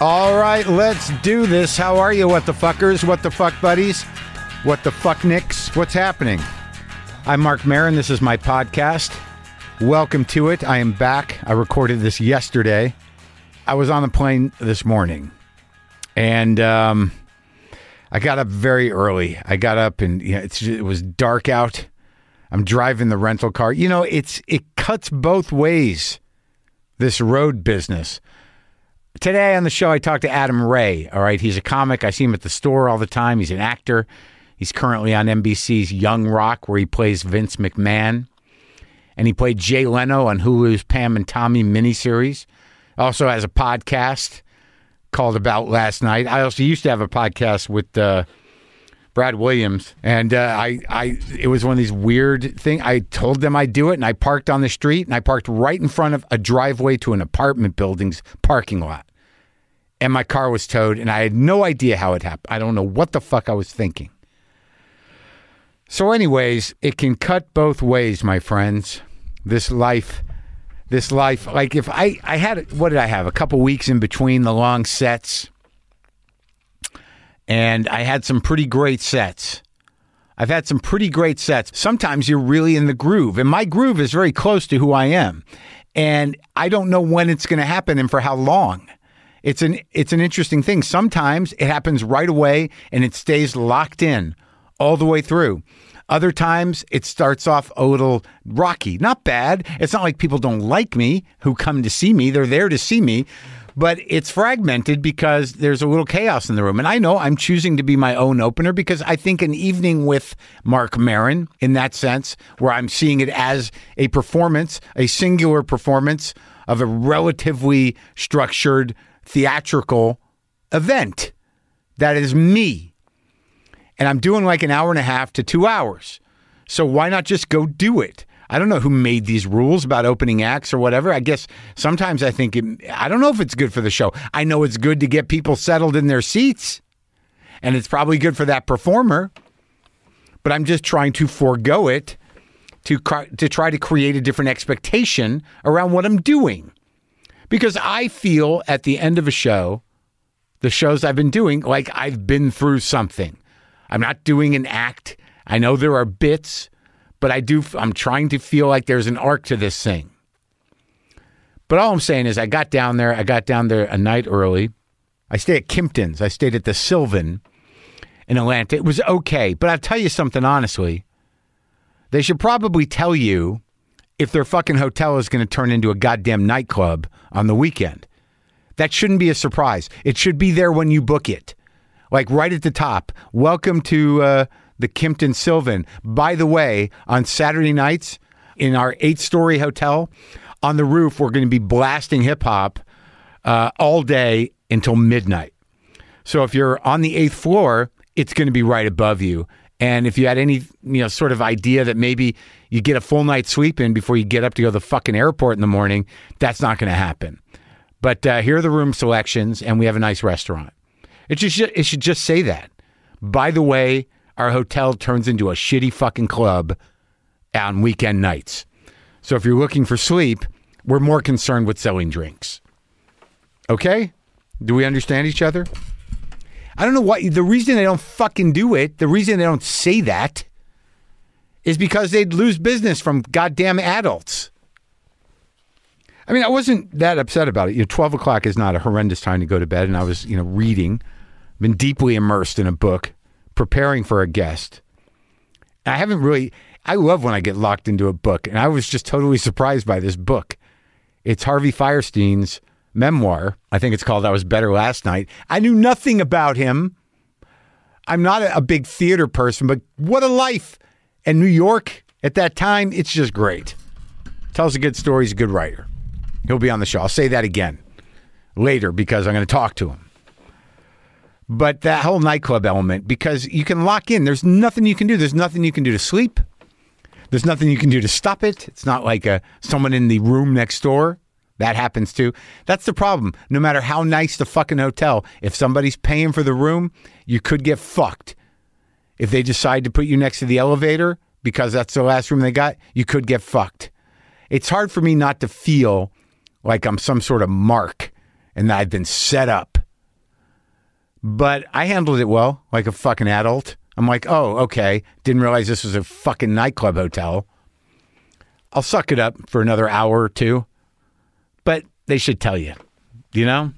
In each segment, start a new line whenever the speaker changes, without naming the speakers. All right, let's do this. How are you, what the fuckers? What the fuck buddies? What the fuck nicks? What's happening? I'm Mark Marin. This is my podcast. Welcome to it. I am back. I recorded this yesterday. I was on the plane this morning and um, I got up very early. I got up and you know, it's, it was dark out. I'm driving the rental car. You know, it's it cuts both ways. This road business. Today on the show, I talked to Adam Ray. All right, he's a comic. I see him at the store all the time. He's an actor. He's currently on NBC's Young Rock, where he plays Vince McMahon, and he played Jay Leno on Hulu's Pam and Tommy miniseries. Also has a podcast called about last night. I also used to have a podcast with uh, Brad Williams, and uh, I, I, it was one of these weird thing. I told them I'd do it, and I parked on the street, and I parked right in front of a driveway to an apartment building's parking lot, and my car was towed, and I had no idea how it happened. I don't know what the fuck I was thinking. So, anyways, it can cut both ways, my friends. This life, this life. Like if I, I had what did I have? A couple weeks in between the long sets, and I had some pretty great sets. I've had some pretty great sets. Sometimes you're really in the groove, and my groove is very close to who I am, and I don't know when it's going to happen and for how long. It's an it's an interesting thing. Sometimes it happens right away and it stays locked in all the way through. Other times it starts off a little rocky. Not bad. It's not like people don't like me who come to see me. They're there to see me, but it's fragmented because there's a little chaos in the room. And I know I'm choosing to be my own opener because I think an evening with Mark Marin in that sense, where I'm seeing it as a performance, a singular performance of a relatively structured theatrical event. That is me and I'm doing like an hour and a half to two hours. So why not just go do it? I don't know who made these rules about opening acts or whatever. I guess sometimes I think it, I don't know if it's good for the show. I know it's good to get people settled in their seats, and it's probably good for that performer. But I'm just trying to forego it to cr- to try to create a different expectation around what I'm doing, because I feel at the end of a show, the shows I've been doing, like I've been through something. I'm not doing an act. I know there are bits, but I do I'm trying to feel like there's an arc to this thing. But all I'm saying is I got down there, I got down there a night early. I stayed at Kimpton's. I stayed at the Sylvan in Atlanta. It was okay, but I'll tell you something honestly. They should probably tell you if their fucking hotel is going to turn into a goddamn nightclub on the weekend. That shouldn't be a surprise. It should be there when you book it like right at the top. Welcome to uh, the Kimpton Sylvan. By the way, on Saturday nights in our eight story hotel on the roof, we're going to be blasting hip hop uh, all day until midnight. So if you're on the eighth floor, it's going to be right above you. And if you had any, you know, sort of idea that maybe you get a full night's sleep in before you get up to go to the fucking airport in the morning, that's not going to happen. But uh, here are the room selections, and we have a nice restaurant. It should ju- it should just say that. By the way, our hotel turns into a shitty fucking club on weekend nights. So if you're looking for sleep, we're more concerned with selling drinks. Okay? Do we understand each other? I don't know why the reason they don't fucking do it, the reason they don't say that is because they'd lose business from goddamn adults. I mean, I wasn't that upset about it. You know, twelve o'clock is not a horrendous time to go to bed, and I was, you know, reading, been deeply immersed in a book, preparing for a guest. I haven't really. I love when I get locked into a book, and I was just totally surprised by this book. It's Harvey Firestein's memoir. I think it's called "I Was Better Last Night." I knew nothing about him. I'm not a, a big theater person, but what a life! And New York at that time, it's just great. Tells a good story. He's a good writer. He'll be on the show. I'll say that again later because I'm going to talk to him. But that whole nightclub element, because you can lock in, there's nothing you can do. There's nothing you can do to sleep. There's nothing you can do to stop it. It's not like a, someone in the room next door. That happens too. That's the problem. No matter how nice the fucking hotel, if somebody's paying for the room, you could get fucked. If they decide to put you next to the elevator because that's the last room they got, you could get fucked. It's hard for me not to feel like I'm some sort of mark and that I've been set up. but I handled it well, like a fucking adult. I'm like, oh, okay. Didn't realize this was a fucking nightclub hotel. I'll suck it up for another hour or two, but they should tell you, you know?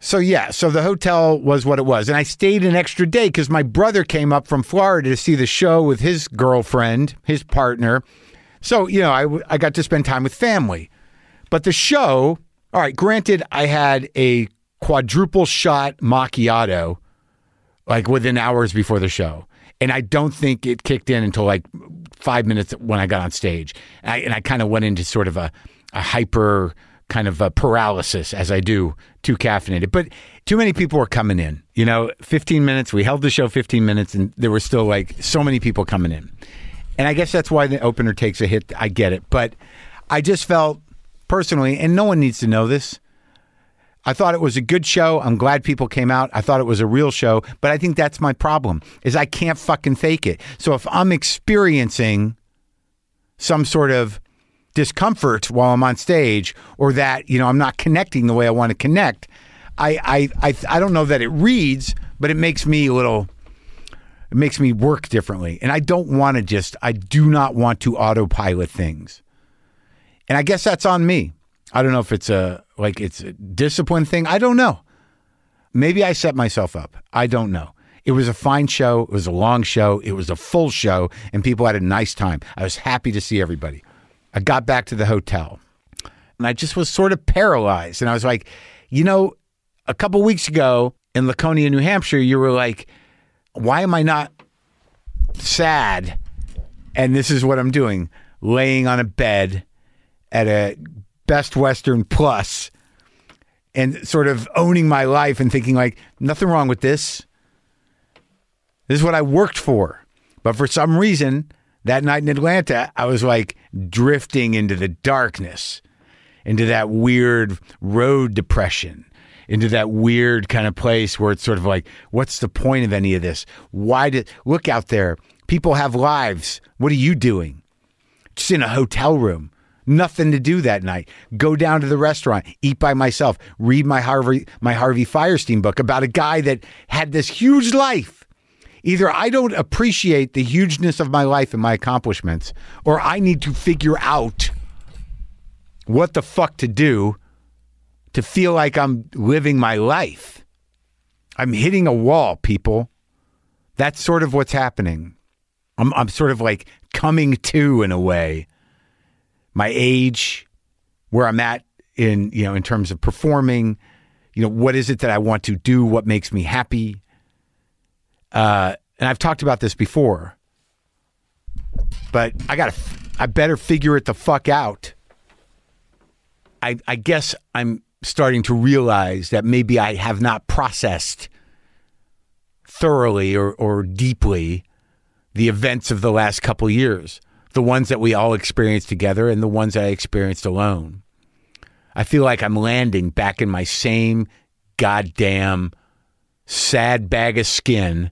So, yeah, so the hotel was what it was. And I stayed an extra day because my brother came up from Florida to see the show with his girlfriend, his partner. So, you know, I, w- I got to spend time with family. But the show, all right, granted, I had a quadruple shot macchiato like within hours before the show. And I don't think it kicked in until like five minutes when I got on stage. I, and I kind of went into sort of a, a hyper kind of a paralysis as I do, too caffeinated. But too many people were coming in. You know, 15 minutes, we held the show 15 minutes, and there were still like so many people coming in. And I guess that's why the opener takes a hit. I get it. But I just felt personally, and no one needs to know this, I thought it was a good show. I'm glad people came out. I thought it was a real show, but I think that's my problem is I can't fucking fake it. So if I'm experiencing some sort of discomfort while I'm on stage or that, you know, I'm not connecting the way I want to connect, I I I, I don't know that it reads, but it makes me a little it makes me work differently. And I don't want to just I do not want to autopilot things. And I guess that's on me. I don't know if it's a like it's a discipline thing. I don't know. Maybe I set myself up. I don't know. It was a fine show. It was a long show. It was a full show, and people had a nice time. I was happy to see everybody. I got back to the hotel, and I just was sort of paralyzed. And I was like, you know, a couple weeks ago in Laconia, New Hampshire, you were like, why am I not sad? And this is what I'm doing laying on a bed at a Best Western Plus and sort of owning my life and thinking, like, nothing wrong with this. This is what I worked for. But for some reason, that night in Atlanta, I was like drifting into the darkness, into that weird road depression, into that weird kind of place where it's sort of like, what's the point of any of this? Why did look out there? People have lives. What are you doing? just in a hotel room. Nothing to do that night. Go down to the restaurant, eat by myself, read my Harvey my Harvey Firestein book about a guy that had this huge life. Either I don't appreciate the hugeness of my life and my accomplishments, or I need to figure out what the fuck to do to feel like I'm living my life. I'm hitting a wall, people. That's sort of what's happening. I'm I'm sort of like coming to in a way. My age, where I'm at in you know in terms of performing, you know what is it that I want to do? What makes me happy? Uh, and I've talked about this before, but I gotta I better figure it the fuck out. I I guess I'm starting to realize that maybe I have not processed thoroughly or or deeply the events of the last couple years, the ones that we all experienced together and the ones that I experienced alone. I feel like I'm landing back in my same goddamn sad bag of skin,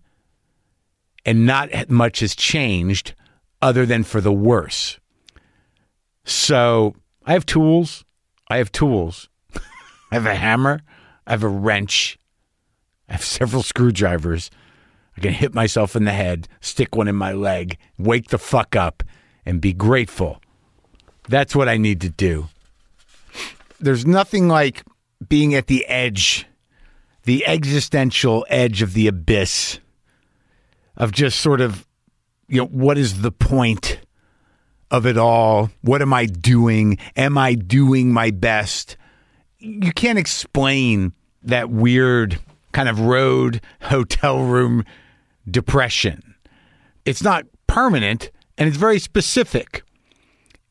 and not much has changed other than for the worse. So I have tools. I have tools. I have a hammer. I have a wrench. I have several screwdrivers. I can hit myself in the head, stick one in my leg, wake the fuck up, and be grateful. That's what I need to do. There's nothing like being at the edge, the existential edge of the abyss, of just sort of, you know, what is the point of it all? What am I doing? Am I doing my best? you can't explain that weird kind of road hotel room depression. It's not permanent and it's very specific.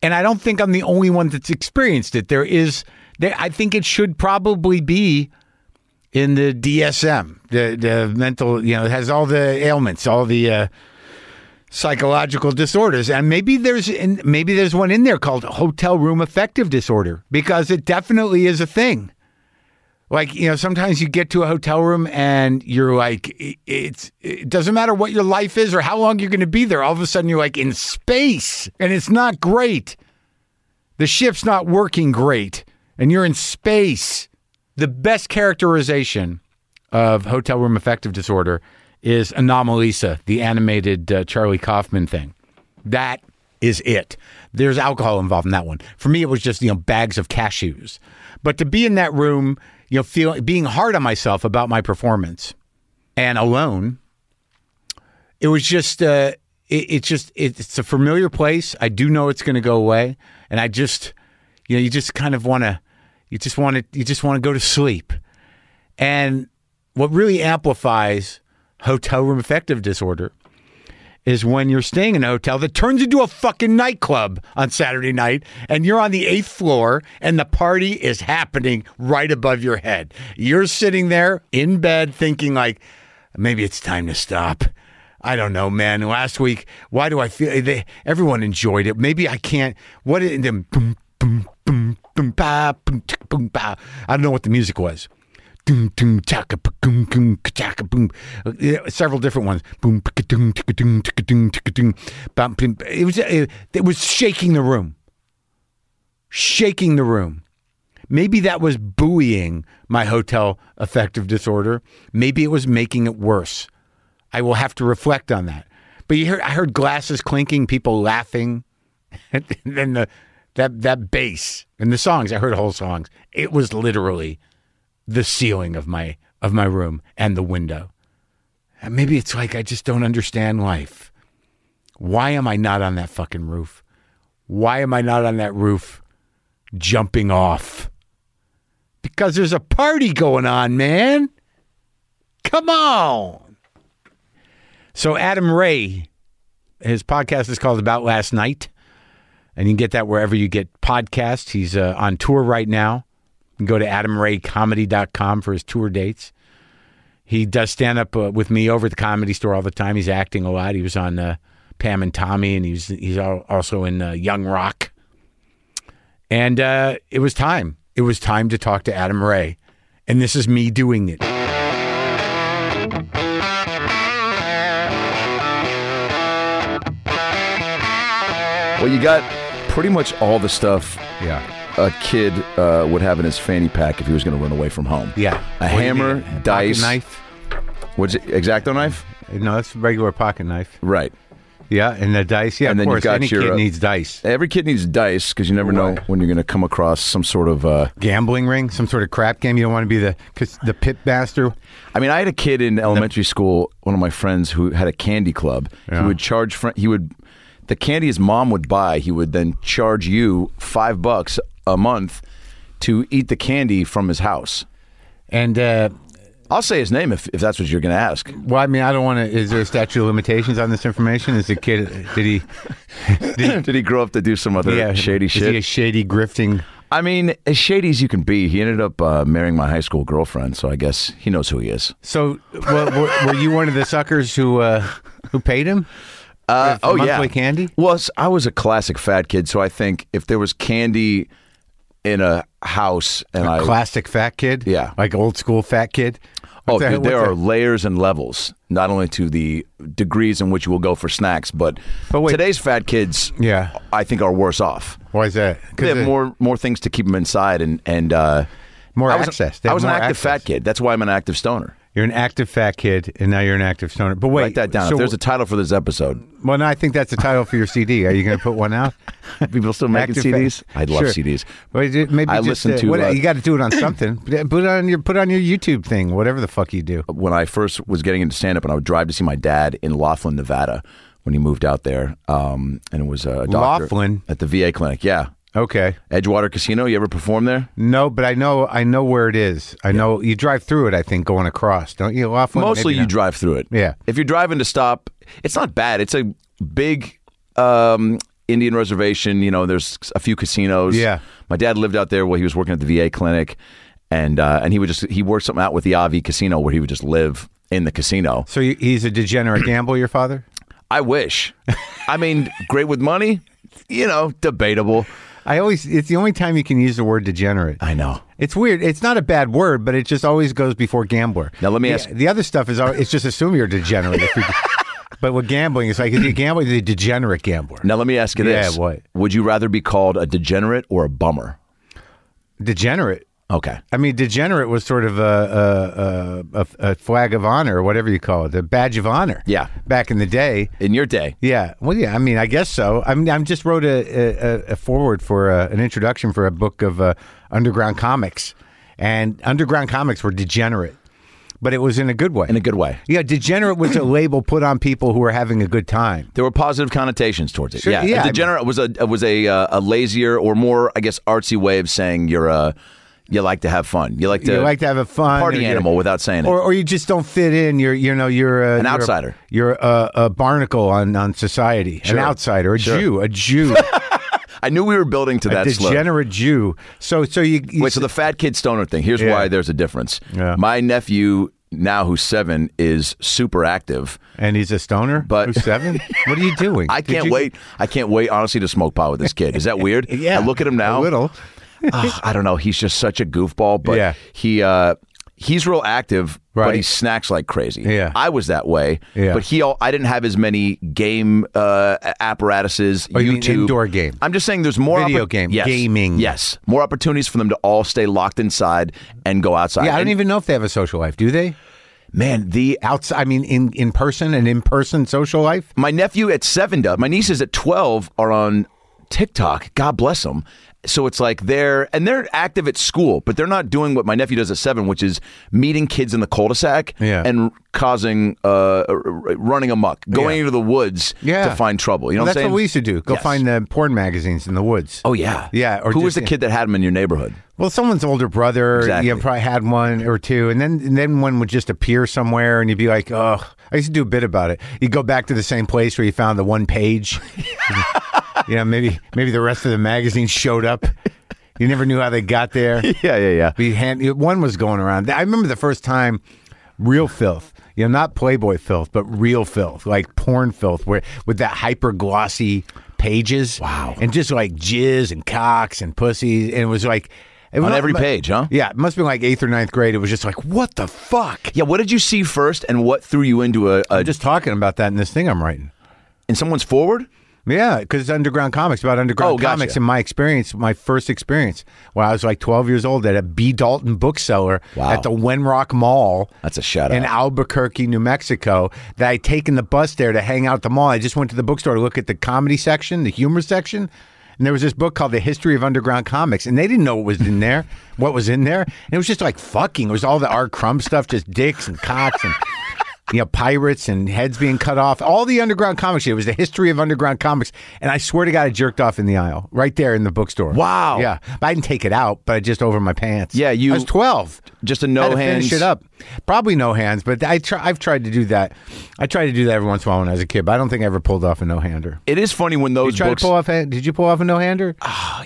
And I don't think I'm the only one that's experienced it. There is there I think it should probably be in the DSM, the the mental, you know, it has all the ailments, all the uh psychological disorders and maybe there's and maybe there's one in there called hotel room affective disorder because it definitely is a thing like you know sometimes you get to a hotel room and you're like i- it's it doesn't matter what your life is or how long you're going to be there all of a sudden you're like in space and it's not great the ship's not working great and you're in space the best characterization of hotel room affective disorder is Anomalisa, the animated uh, Charlie Kaufman thing. That is it. There's alcohol involved in that one. For me, it was just you know bags of cashews. But to be in that room, you know, feel being hard on myself about my performance and alone, it was just uh, it, it's just it, it's a familiar place. I do know it's going to go away, and I just you know you just kind of want to you just want to you just want to go to sleep. And what really amplifies hotel room affective disorder is when you're staying in a hotel that turns into a fucking nightclub on Saturday night and you're on the eighth floor and the party is happening right above your head. You're sitting there in bed thinking, like, maybe it's time to stop. I don't know, man. Last week, why do I feel they, everyone enjoyed it? Maybe I can't. What it, them, boom, boom, boom, boom, ba, boom, tick, boom, ba. I don't know what the music was. Doom, doom, chaka, pa, goom, goom, ka-chaka, boom. Uh, yeah, Several different ones. Boom, pika, doom, tika, doom, tika, doom, tika, doom. Bam, pim. It was it, it was shaking the room, shaking the room. Maybe that was buoying my hotel affective disorder. Maybe it was making it worse. I will have to reflect on that. But you heard, I heard glasses clinking, people laughing, and then the that that bass and the songs. I heard whole songs. It was literally the ceiling of my of my room and the window. And maybe it's like I just don't understand life. Why am I not on that fucking roof? Why am I not on that roof jumping off? Because there's a party going on, man. Come on. So Adam Ray, his podcast is called About Last Night, and you can get that wherever you get podcasts. He's uh, on tour right now. You can go to adamraycomedy.com for his tour dates. He does stand up uh, with me over at the comedy store all the time. He's acting a lot. He was on uh, Pam and Tommy, and he's he's al- also in uh, Young Rock. And uh, it was time. It was time to talk to Adam Ray, and this is me doing it.
Well, you got pretty much all the stuff
Yeah,
a kid uh, would have in his fanny pack if he was going to run away from home.
yeah.
A hammer, dice,
knife.
What's it? Exacto knife?
No, that's a regular pocket knife.
Right.
Yeah, and the dice. Yeah,
And
of
then you've
course.
got
Any
your,
kid
uh,
needs dice.
Every kid needs dice because you never know when you're going to come across some sort of. Uh,
Gambling ring, some sort of crap game. You don't want to be the 'cause the pit master.
I mean, I had a kid in elementary school. One of my friends who had a candy club.
Yeah.
He would charge. Fr- he would. The candy his mom would buy, he would then charge you five bucks a month to eat the candy from his house.
And uh,
I'll say his name if, if that's what you're going to ask.
Well, I mean, I don't want to. Is there a statute of limitations on this information? Is the kid? Did he?
Did he grow up to do some other
Yeah,
shady
is
shit?
he a shady grifting?
I mean, as shady as you can be, he ended up uh, marrying my high school girlfriend, so I guess he knows who he is.
So, well, were, were you one of the suckers who uh, who paid him?
Uh,
For monthly candy?
Well, s- I was a classic fat kid, so I think if there was candy in a house and I,
Classic fat kid.
Yeah.
like old school fat kid.
oh,
What's that-
dude, there
what's
are
that-
layers and levels, not only to the degrees in which you will go for snacks, but,
But wait-
today's fat kids,
Yeah.
I think are worse off.
Why is that?
They have
the-
more more things to keep them inside and and uh,
more
I was,
access. They
I
have
was an
more
active
access.
fat kid. That's why I'm an active stoner.
You're an active fat kid, and now you're an active stoner. But wait,
Write that down.
So,
if there's a title for this episode,
well, no, I think that's the title for your CD. Are you going to put one out?
people still making
Active fat-
CDs. I'd love
Sure.
CDs.
Well, you- maybe
I
just,
listen
uh,
to,
what-
uh,
you got to do it on something. Put it on your put it on your YouTube thing, whatever the fuck you do.
When I first was getting into stand up, and I would drive to see my dad in Laughlin, Nevada, when he moved out there, um, and it was a doctor
Laughlin?
at the VA clinic. Yeah,
Okay.
Edgewater Casino. You ever perform there?
No, but I know I know where it is. I know you drive through it. I think going across, don't you? Laughlin?
Mostly,
Maybe
you
not.
drive through it.
Yeah.
If you're driving to stop, it's not bad. It's a big um, Indian reservation. You know, there's a few casinos.
Yeah.
My dad lived out there while he was working at the VA clinic, and uh, and he would just he worked something out with the Avi Casino where he would just live in the casino.
So you, he's a degenerate gambler, your father.
I wish. I mean, great with money. You know, debatable.
I always. It's the only time you can use the word degenerate.
I know.
It's weird. It's not a bad word, but it just always goes before gambler.
Now, let me
the,
ask-
The other stuff is al- it's just assume you're degenerate. if you- but with gambling, it's like is he a gambler? Is he a degenerate gambler?
Now let me ask you this:
Yeah, what?
Would you rather be called a degenerate or a bummer?
Degenerate.
Okay.
I mean, degenerate was sort of a a, a, a flag of honor, or whatever you call it, a badge of honor.
Yeah.
back in the day.
In your day.
Yeah. Well, yeah. I mean, I guess so. I mean, I just wrote a, a, a forward for uh an introduction for a book of uh, underground comics, and underground comics were degenerate, but it was in a good way.
In a good way.
yeah, degenerate was a label put on people who were having a good time.
There were positive connotations towards it.
Sure,
yeah.
yeah, I mean-
Degenerate was a was a uh, a lazier or more, I guess, artsy way of saying you're a you like to have fun. You like to
you like to have a fun
party
or you're-
animal without saying it.
or, or you just don't fit in. You're, you know, you're a, an
outsider.
You're a, a barnacle on, on society. An outsider, a Jew, a Jew,
I knew we were building to
a
that slope.
degenerate Jew. So, so you, you
Wait, so the fat kid stoner thing. Here's
Yeah.
why there's a difference.
Yeah.
My nephew now, who's seven, is super active.
and he's a stoner.
But-
Who's seven? what are you doing?
I
Did
can't
you-
wait. I can't wait, honestly, to smoke pot with this kid. Is that weird?
Yeah,
I look at him now.
A little.
Ah, I don't know. He's just such a goofball, but
Yeah.
he uh, he's real active, but he
Right.
snacks like crazy.
Yeah.
I was that way,
Yeah.
but he all, I didn't have as many game uh, apparatuses.
Oh, you mean
YouTube.
indoor game.
I'm just saying, there's more
Video game,
yes,
gaming.
Yes, more opportunities for them to all stay locked inside and go outside.
Yeah, I
And,
don't even know if they have a social life. Do they?
man, the
Outside, I mean, in in person, an in person social life.
my nephew at seven does. My nieces at twelve are on TikTok. God bless them. So it's like they're and they're active at school, but they're not doing what my nephew does at seven, which is meeting kids in the cul-de-sac
Yeah.
and causing uh, r- r- running amok, going into the woods
Yeah.
to find trouble. You know what I'm
Well, that's
saying?
what we used to do. Go
Yes.
find the porn magazines in the woods.
Oh yeah,
Yeah, or
Who was
just-
the kid that had him in your neighborhood?
Well, someone's older brother,
Exactly.
you know, probably had one or two, and then and then one would just appear somewhere, and you'd be like, "Oh, I used to do a bit about it." You go back to the same place where you found the one page. you know, maybe maybe the rest of the magazine showed up. You never knew how they got there.
Yeah, yeah, yeah.
We hand, one was going around. I remember the first time, real filth. You know, not Playboy filth, but real filth, like porn filth, where with that hyper glossy pages.
Wow.
And just like jizz and cocks and pussies, and it was like it
On
was-
every page, huh?
Yeah, it must have been like eighth or ninth grade. It was just like, what the fuck?
Yeah, what did you see first, and what threw you into a, a
I'm just talking about that in this thing I'm writing.
in someone's forward?
Yeah, because underground comics about underground
Oh, gotcha.
comics and my experience, my first experience when I was like 12 years old at a B. Dalton bookseller
Wow.
at the Wenrock Mall.
That's a shout
in
out.
Albuquerque, New Mexico. That I'd taken the bus there to hang out at the mall. I just went to the bookstore to look at the comedy section, the humor section. And there was this book called The History of Underground Comics, and they didn't know what was in there, what was in there. And it was just like fucking. It was all the R. Crumb stuff, just dicks and cocks and you know, pirates and heads being cut off. All the underground comics shit. It was the history of underground comics. And I swear to God, I jerked off in the aisle right there in the bookstore.
Wow.
Yeah. But I didn't take it out, but I just over my pants.
Yeah, you-
I was 12.
Just a
Had
no
to
hands.
Finish it up. Probably no hands, but I try, I've tried to do that. I tried to do that every once in a while when I was a kid, but I don't think I ever pulled off a no hander.
It is funny when those
You tried
books. Ah,
to pull off? a- Did you pull off a no hander?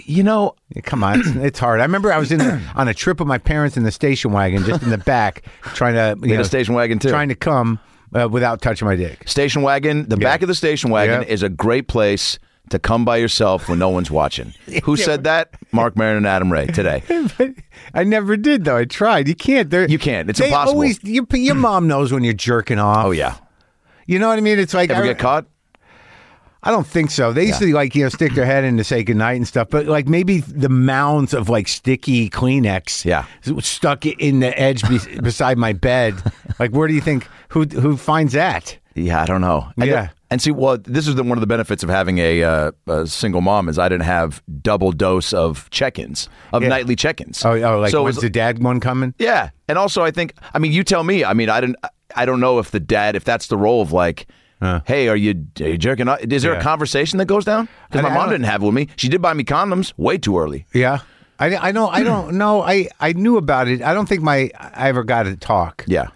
you know,
Come on, it's, it's hard. I remember I was in on a trip with my parents in the station wagon, just in the back, trying to you
in
know,
a station wagon too.
trying to come uh, without touching my dick.
Station wagon, the back of the station wagon
Yeah.
is a great place to come by yourself when no one's watching. Who said that? Mark Maron and Adam Ray today.
I never did though. I tried. You can't. They're-
You can't. It's
they
impossible.
Always, your, your mom knows when you're jerking off.
Oh yeah.
You know what I mean? It's like
Ever
I,
get caught?
I don't think so. They used to like you know stick their head in to say goodnight and stuff, but like maybe the mounds of like sticky Kleenex,
Yeah.
stuck it in the edge be- beside my bed. Like, where do you think who who finds that?
Yeah, I don't know. And-
Yeah.
And see, well, this is the, one of the benefits of having a, uh, a single mom is I didn't have double dose of check-ins of nightly check-ins.
Oh, oh like
so it
when's
was-
the dad one coming?
yeah. And also, I think, I mean, you tell me. I mean, I didn't. I don't know if the dad, if that's the role of like. hey, are you, are you jerking off? Is there a
Yeah.
conversation that goes down? Because
I-
my
I
mom
don't-
didn't have it with me. She did buy me condoms way too early.
Yeah, I, I don't I don't know. I I knew about it. I don't think my I ever got to talk.
Yeah.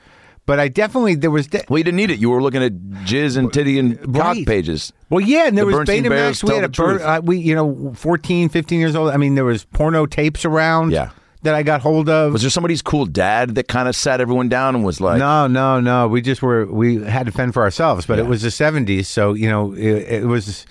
but I definitely there was. De-
Well, you didn't need it. You were looking at jizz and titty and cock
uh, Right.
pages.
Well, yeah, and there
The
was
Bernstein Bears
Betamax. We
tell
had a
the
Ber-
truth.
uh, we you know 14, 15 years old. I mean, there was porno tapes around.
Yeah.
that I got hold of.
Was there somebody's cool dad that kind of sat everyone down and was like,
no, no, no. We just were we had to fend for ourselves, but it was the seventies, so you know it, it was.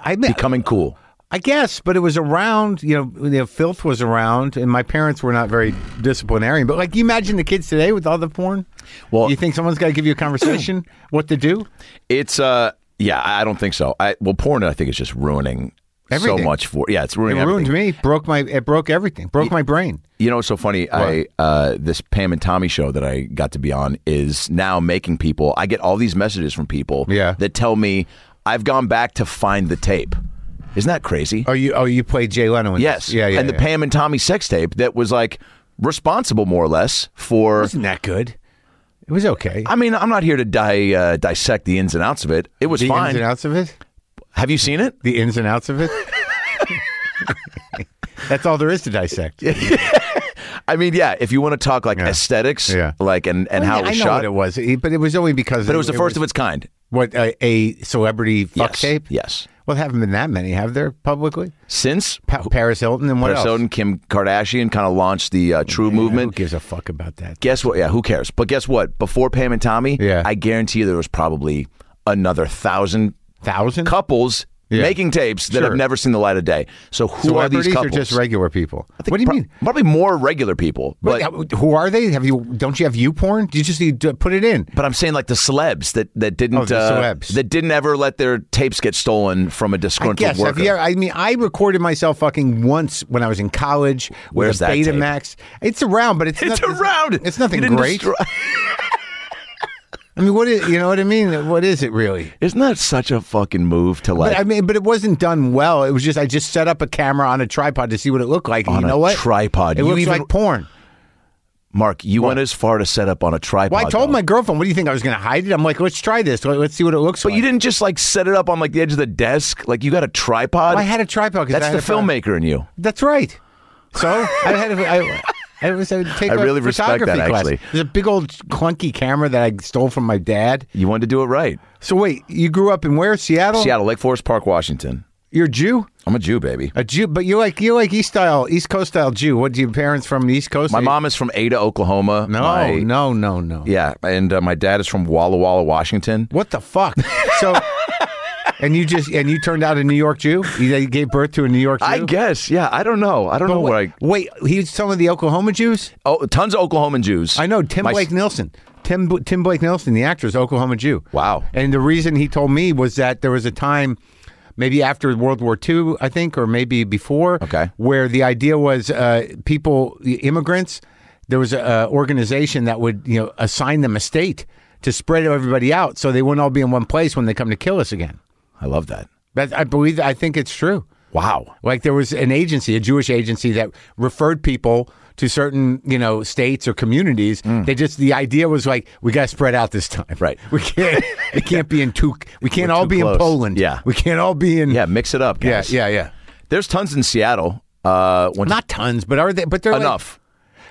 I mean,
becoming cool?
I guess, but it was around. You know, you know, filth was around, and my parents were not very disciplinarian. But like, you imagine the kids today with all the porn.
Well-
you think someone's got to give you a conversation? what to do?
It's, uh, yeah, I I don't think so. I Well, porn, I think, is just ruining so
Everything.
much for. Yeah, it's
It
ruining everything.
ruined me. Broke my. It broke everything. Broke my brain.
You know what's so funny? I uh, this Pam and Tommy show that I got to be on is now making people. I get all these messages from people
Yeah.
that tell me I've gone back to find the tape. Isn't that crazy?
Oh, you. Oh, you played Jay Leno. In
yes.
This. Yeah. Yeah.
and the
yeah.
Pam and Tommy sex tape that was like responsible more or less for.
wasn't that good. It was okay.
I mean, I'm not here to di- uh, dissect the ins and outs of it. It was
the
fine.
ins and outs of it.
Have you seen it?
The ins and outs of it. That's all there is to dissect. Yeah,
I mean, yeah. If you want to talk like aesthetics,
Yeah.
like and, and how it
I
was
know
shot,
what it was, It- but it was only because.
but it was the first of its kind.
What a, a celebrity fuck
yes.
tape.
Yes.
Well, there haven't been that many, have there? Publicly,
Since
pa- Paris Hilton and what
Paris
else?
Hilton, Kim Kardashian kind of launched the uh, True
Who
movement.
gives a fuck about that?
Guess what? Yeah, who cares? But guess what? Before Pam and Tommy,
Yeah.
I guarantee you there was probably another thousand
Thousand
couples
Yeah.
making tapes that
Sure.
have never seen the light of day. So who are
celebrities
these
or
couples?
just regular people? What do you
Pro-
mean?
Probably more regular people, but
Wait, who are they? Have you? Don't you have you porn? Do you just need to put it in?
but I'm saying like the celebs that that didn't
Oh, the
uh,
celebs.
that didn't ever let their tapes get stolen from a
I
disgruntled
guess. Have
worker.
you ever- I mean, I recorded myself fucking once when I was in college
Where's
with
that
a
tape?
Betamax. It's around, but it's
it's
not-
around.
It's nothing
You didn't
great.
destroy-
I mean, what is, you know what I mean? What is it really?
Isn't that such a fucking move to like
But I mean, but it wasn't done well. It was just I just set up a camera on a tripod to see what it looked like. And
On
you
a
know what?
tripod.
It
You
looks
even-
like porn.
Mark? You went as far to set up on a tripod.
Well, I told
though.
my girlfriend, "What do you think I was going to hide it?" I'm like, "Let's try this. Let- Let's see what it looks
But
like."
you didn't just like set it up on like the edge of the desk. Like you got a tripod.
I had a tripod. 'cause I
That's
had
the
a pro-
filmmaker in you.
That's right. So I had a, I, I was I would take
I
a
really respect
photography
that,
class.
actually.
there's a big old clunky camera that I stole from my dad.
You wanted to do it right.
So wait, you grew up in where? Seattle.
Seattle, Lake Forest Park, Washington.
You're a Jew.
I'm a Jew, baby.
A Jew, but you're like you're like East style, East Coast style Jew. What? Do your parents from the East Coast?
My mom is from Ada, Oklahoma.
No,
My-
no, no, no.
Yeah, and uh, my dad is from Walla Walla, Washington.
What the fuck? So. And you just and you turned out a New York Jew. You you gave birth to a New York Jew.
I guess. Yeah, I don't know. I don't know
Wait,
where I.
wait, he was some of the Oklahoma Jews.
Oh, tons of Oklahoman Jews.
I know Tim
My-
Blake Nelson. Tim B- Tim Blake Nelson, the actor, is Oklahoma Jew.
Wow.
And the reason he told me was that there was a time, maybe after World War II, I think, or maybe before,
Okay.
where the idea was uh, people, the immigrants, there was an organization that would you know assign them a state to spread everybody out, so they wouldn't all be in one place when they come to kill us again.
I love that.
That I believe. I think it's true.
Wow.
Like there was an agency, a Jewish agency that referred people to certain, you know, states or communities. They just the idea was like we got to spread out this time.
Mm. Right.
We can't we can't be in two we can't all
too
be
close.
in Poland.
Yeah.
We can't all be in
Yeah, mix it up,
yeah,
guys.
yeah, yeah.
There's tons in Seattle. Uh, went to-
Not tons, but are they but they're like-
enough.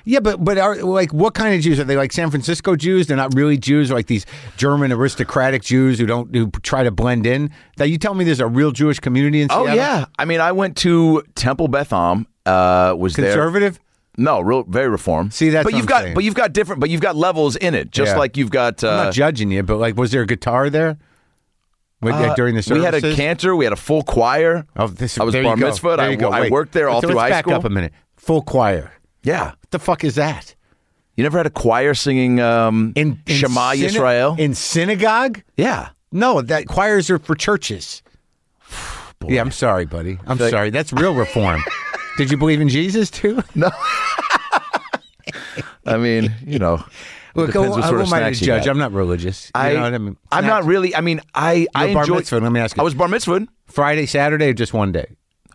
yeah, but but are like what kind of Jews are they like San Francisco Jews? They're not really Jews, like these German aristocratic Jews who don't who try to blend in. Now you tell me there's a real Jewish community in
Oh
Seattle?
yeah, I mean, I went to Temple Beth Am. Uh, was there?
Conservative?
No, real, very reform.
See, that's
but
what
you've
I'm
got,
saying.
but you've got different, but you've got levels in it. Just
Yeah.
like you've got.
I'm
Uh,
not judging you, but like, was there a guitar there? When- like, during the
Uh, we had
services?
a cantor. We had a full choir.
Oh, this,
I was
there
bar
you go.
mitzvah.
There
I,
you go.
I
Wait.
worked there all
so
through
let's
high
back
school.
up a minute. Full choir.
Yeah,
What the fuck is that?
you never had a choir singing um,
In, in
Shema
syna-
Yisrael.
in synagogue?
yeah,
No, that choirs are for churches. yeah, I'm sorry, buddy. I'm
like-
sorry. That's real reform. Did you believe in Jesus too?
I mean, you know,
Look,
depends what
I,
sort of
am not a
snacks you
judge.
got.
I'm not religious.
I,
you know what I mean?
I'm not really. I mean, I I
You're bar
enjoyed-
mitzvah. Let me ask you.
I was bar mitzvah.
Friday, Saturday, or just one day?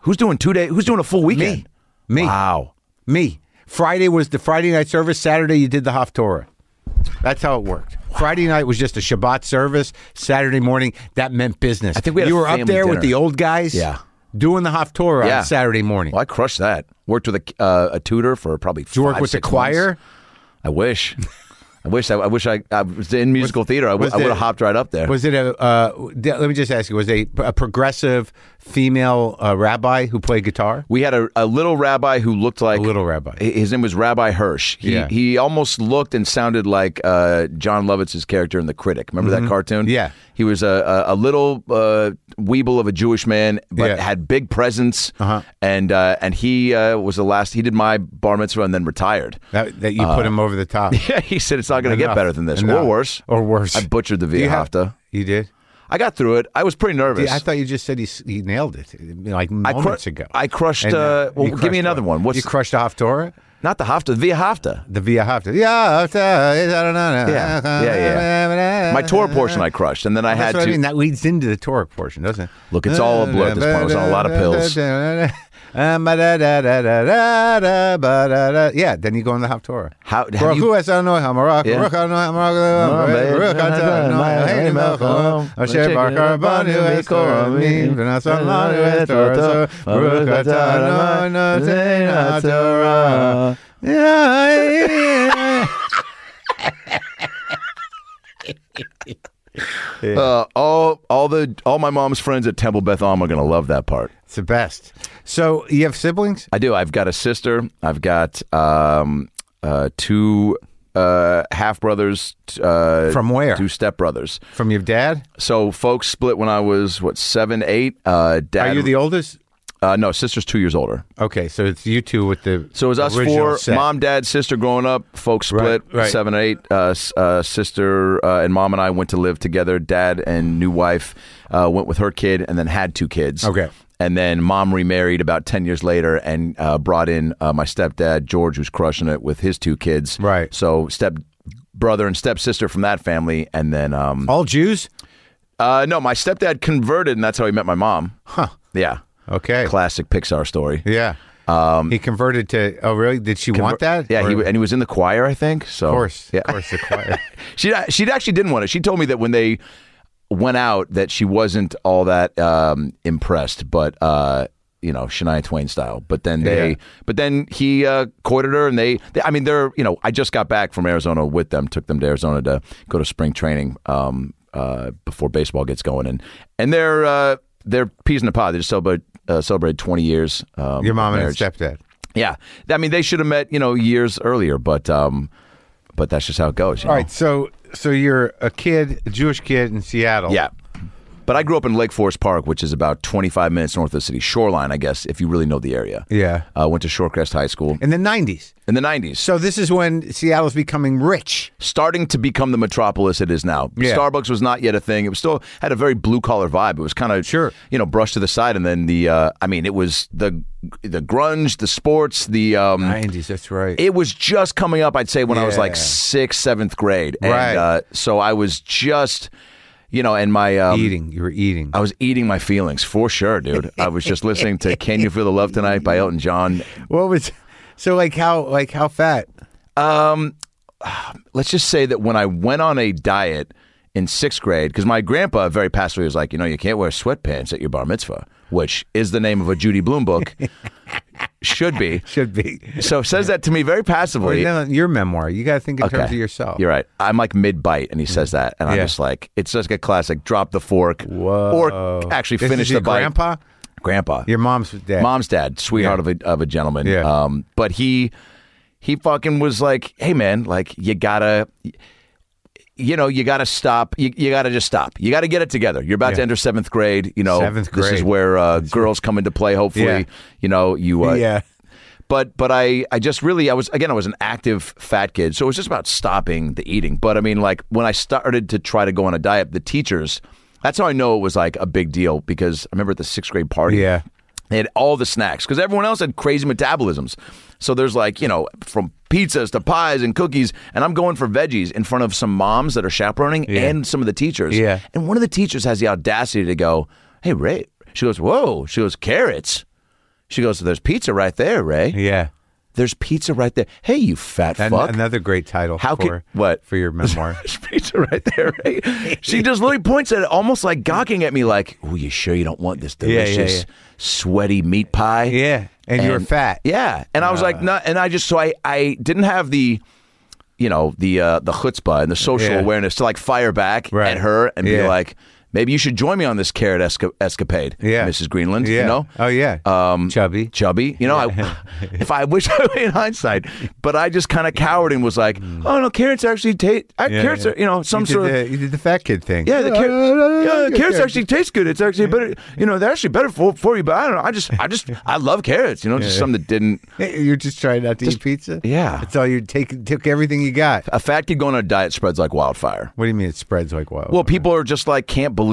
Who's doing two day? Who's doing a full weekend?
Me.
Wow.
Me. Friday was the Friday night service. Saturday, you did the Haftorah. That's how it worked. Friday night was just a Shabbat service. Saturday morning, that meant business. I
think we had
you
a
were up
family
there with
dinner.
the old guys,
Yeah.
doing the Haftorah
Yeah.
on Saturday morning.
Well, I crushed that. Worked with a, uh, a tutor for probably.
Did you work
five,
with the
six
choir?
months. I wish. I wish. I, I wish I, I was in musical theater. I,
was
would
the-
have hopped right up there.
Was it a? Uh, d- let me just ask you: Was it a, a progressive female uh, rabbi who played guitar?
we had a, a little rabbi who looked like
A little rabbi.
hi- His name was Rabbi Hirsch. He
Yeah.
he almost looked and sounded like uh, John Lovitz's character in The Critic. Remember that cartoon?
Mm-hmm. Yeah.
He was a a, a little uh, weeble of a Jewish man, but
Yeah.
had big presence.
Uh-huh.
And uh, and he uh, was the last. He did my bar mitzvah and then retired.
That, that you put him over the top.
Yeah, he said it's not going to Uh, get
Enough.
better than this,
Enough.
or worse.
Or worse.
I butchered the
Do
via
you have-
hafta.
You did.
I got through it. I was pretty nervous.
I thought you just said he, s- he nailed it eh, like
I cru-
moments ago.
I crushed,
And,
uh, well,
you
give
crushed
me another
what?
one. What's-
you crushed Haftorah?
Not the Hafta, Via Hafta.
The Via Hafta. Yeah, Haftarah, I don't know.
Yeah, yeah, yeah. My tour portion I crushed, and then I
That's
had
what
to.
I mean. That leads into the toric portion, doesn't it?
Look, it's all a blur at this point. I was on a lot of pills.
Yeah, then you go on the Haftorah.
How- have
Baruch
you-
hu Esanu Hamarach,
Yeah.
Baruch Anu Hamarach, Baruch Atanu Eloheinu Melech Haolam, Asher Baruch Rabbanu Es Torah Mi, V'nasam Lanu Es Torah Zo, Baruch Atanu Noten HaTorah. Yeah.
Uh, all, all the, all my mom's friends at Temple Beth Am are gonna love that part.
It's the best. So you have siblings?
I do. I've got a sister. I've got um, uh, two uh, half brothers. t- Uh,
From where?
Two stepbrothers.
From your dad?
So folks split when I was what seven, eight. Uh, dad.
Are you the oldest?
uh, no, sister's two years older.
Okay, so it's you two with the
So it was us
original
four:
set.
mom, dad, sister. Growing up, folks split
Right, right.
seven, eight. Uh, s- uh, sister uh, and mom and I went to live together. Dad and new wife uh, went with her kid, and then had two kids.
Okay.
And then mom remarried about ten years later, and uh, brought in uh, my stepdad George, who's crushing it with his two kids.
Right.
So step brother and stepsister from that family, and then um,
All Jews?
uh, no, my stepdad converted, and that's how he met my mom.
Huh.
Yeah.
Okay.
Classic Pixar story.
Yeah. he converted to. Oh, really? Did she want that?
Um, Yeah,
Or-
he, and he was in the choir, I think. So
Of course.
yeah.
Of course. The choir.
She she actually didn't want it. She told me that when they went out that she wasn't all that um, impressed, but uh, you know Shania Twain style. But then they,
Yeah.
but then he uh, courted her, and they, they. I mean, they're you know I just got back from Arizona with them, took them to Arizona to go to spring training um, uh, before baseball gets going, and and they're uh, they're peas in a pod. They just celebrate uh, celebrated twenty years. Um,
Your mom
of
and
marriage.
stepdad.
Yeah, I mean they should have met you know years earlier, but um, but that's just how it goes. you
All
know?
right. So, so you're a kid, a Jewish kid in Seattle.
Yeah. But I grew up in Lake Forest Park, which is about 25 minutes north of the city. Shoreline, I guess, if you really know the area.
Yeah.
Uh, went to Shorecrest High School
In the '90s.
in the 90s.
So this is when Seattle's becoming rich.
Starting to become the metropolis it is now.
Yeah.
Starbucks was not yet a thing. It was still had a very blue collar vibe. It was kind of
Sure.
you know, brushed to the side. And then the, uh, I mean, it was the the grunge, the sports, the um,
'90s. That's right.
it was just coming up, I'd say, when I was like
Yeah.
sixth, seventh grade.
Right.
And uh, so I was just, you know, and my. Um,
eating. You were eating.
I was eating my feelings for sure, dude. I was just listening to "Can You Feel the Love Tonight" by Elton John.
What was? So like how like how fat?
Let's just say that when I went on a diet in sixth grade, because my grandpa very passively was like, you know, you can't wear sweatpants at your bar mitzvah, which is the name of a Judy Bloom book, should be.
Should be.
So says that to me very
Or,
passively.
no, your memoir. You got to think in terms of yourself.
You're right. I'm like mid bite, and he says that, and I'm
Yeah.
just like, it's just a classic. Drop the fork,
Whoa.
or actually
This
finish
is
the
your
bite.
grandpa.
Grandpa,
Your mom's dad.
mom's dad, sweetheart of a of a gentleman.
Yeah.
Um, but he he fucking was like, hey man, like you gotta. You know, you got to stop. You, you got to just stop. You got to get it together. You're about to
Yeah.
enter seventh grade. You know,
Seventh
this is
grade.
where uh, girls come into play. Hopefully,
Yeah.
you know you. Uh,
Yeah.
But but I I just really I was again I was an active fat kid, so it was just about stopping the eating. But I mean, like when I started to try to go on a diet, the teachers. That's how I know it was like a big deal because I remember at the sixth grade party.
Yeah.
They had all the snacks because everyone else had crazy metabolisms. So there's like, you know, from pizzas to pies and cookies. And I'm going for veggies in front of some moms that are chaperoning and some of the teachers.
Yeah.
And one of the teachers has the audacity to go, Hey, Ray. She goes, Whoa. She goes, Carrots. She goes, There's pizza right there, Ray.
Yeah.
There's pizza right there. Hey, you fat
An-
fuck.
Another great title.
How
for,
could- what?
for your memoir?
There's pizza right there, Ray. She just literally points at it, almost like gawking at me, like, Oh, you sure you don't want this
yeah,
delicious, sweaty meat pie?
yeah, and, you were
And-
fat. Uh.
Yeah, and I was like, no, and I just so I I didn't have the, you know, the uh, the chutzpah and the social
Yeah.
awareness to like fire back
Right.
at her and be
Yeah.
like, maybe you should join me on this carrot esca- escapade,
Yeah.
Mrs. Greenland.
Yeah.
You know,
Oh yeah.
Um,
Chubby.
chubby. You know, I, if I wish I in hindsight, but I just kind of cowered and was like, oh no, carrots actually taste.
Yeah,
carrots
yeah.
are you know some
you, did
sort of
the, you did the fat kid thing.
yeah, the car- yeah, the carrots
Okay.
actually taste good. It's actually better. You know, they're actually better for, for you. But I don't know. I just, I just, I love carrots. You know, just something that didn't.
You're just trying not to eat pizza.
yeah.
That's all you take. Took everything you got.
A fat kid going on a diet spreads like wildfire.
What do you mean it spreads like wild?
Well, people are just like can't believe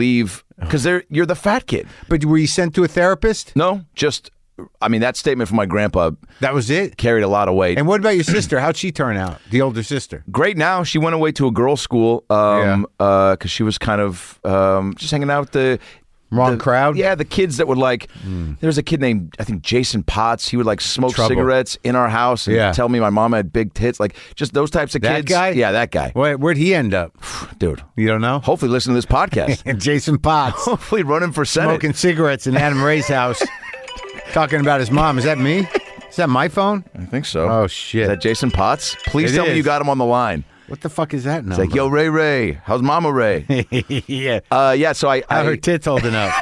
because they're you're the fat kid.
But were you sent to a therapist?
No, just I mean that statement from my grandpa
That was it.
carried a lot of weight.
And what about your sister? How'd she turn out? The older sister.
Great now, she went away to a girls' school um, uh, 'cause she was kind of um, just hanging out with the
Wrong crowd. Hmm.
Yeah, the kids that would like. There was a kid named I think Jason Potts. He would like smoke
Trouble.
cigarettes in our house and
Yeah.
tell me my mom had big tits. Like just those types of
That
kids.
guy?
Yeah, that guy,
Wait, where'd he end up?
dude.
You don't know?
Hopefully, listen to this podcast.
And Jason Potts
Hopefully, running for senate.
smoking cigarettes in Adam Ray's house, talking about his mom. Is that me? Is that my phone?
I think so.
Oh
Is
shit!
that Jason Potts? Please
It
tell me
is.
you got him on the line.
what the fuck is that number?
Like, yo, Ray Ray, how's Mama Ray?
yeah,
uh, yeah, so I,
how her
I
tits holding up?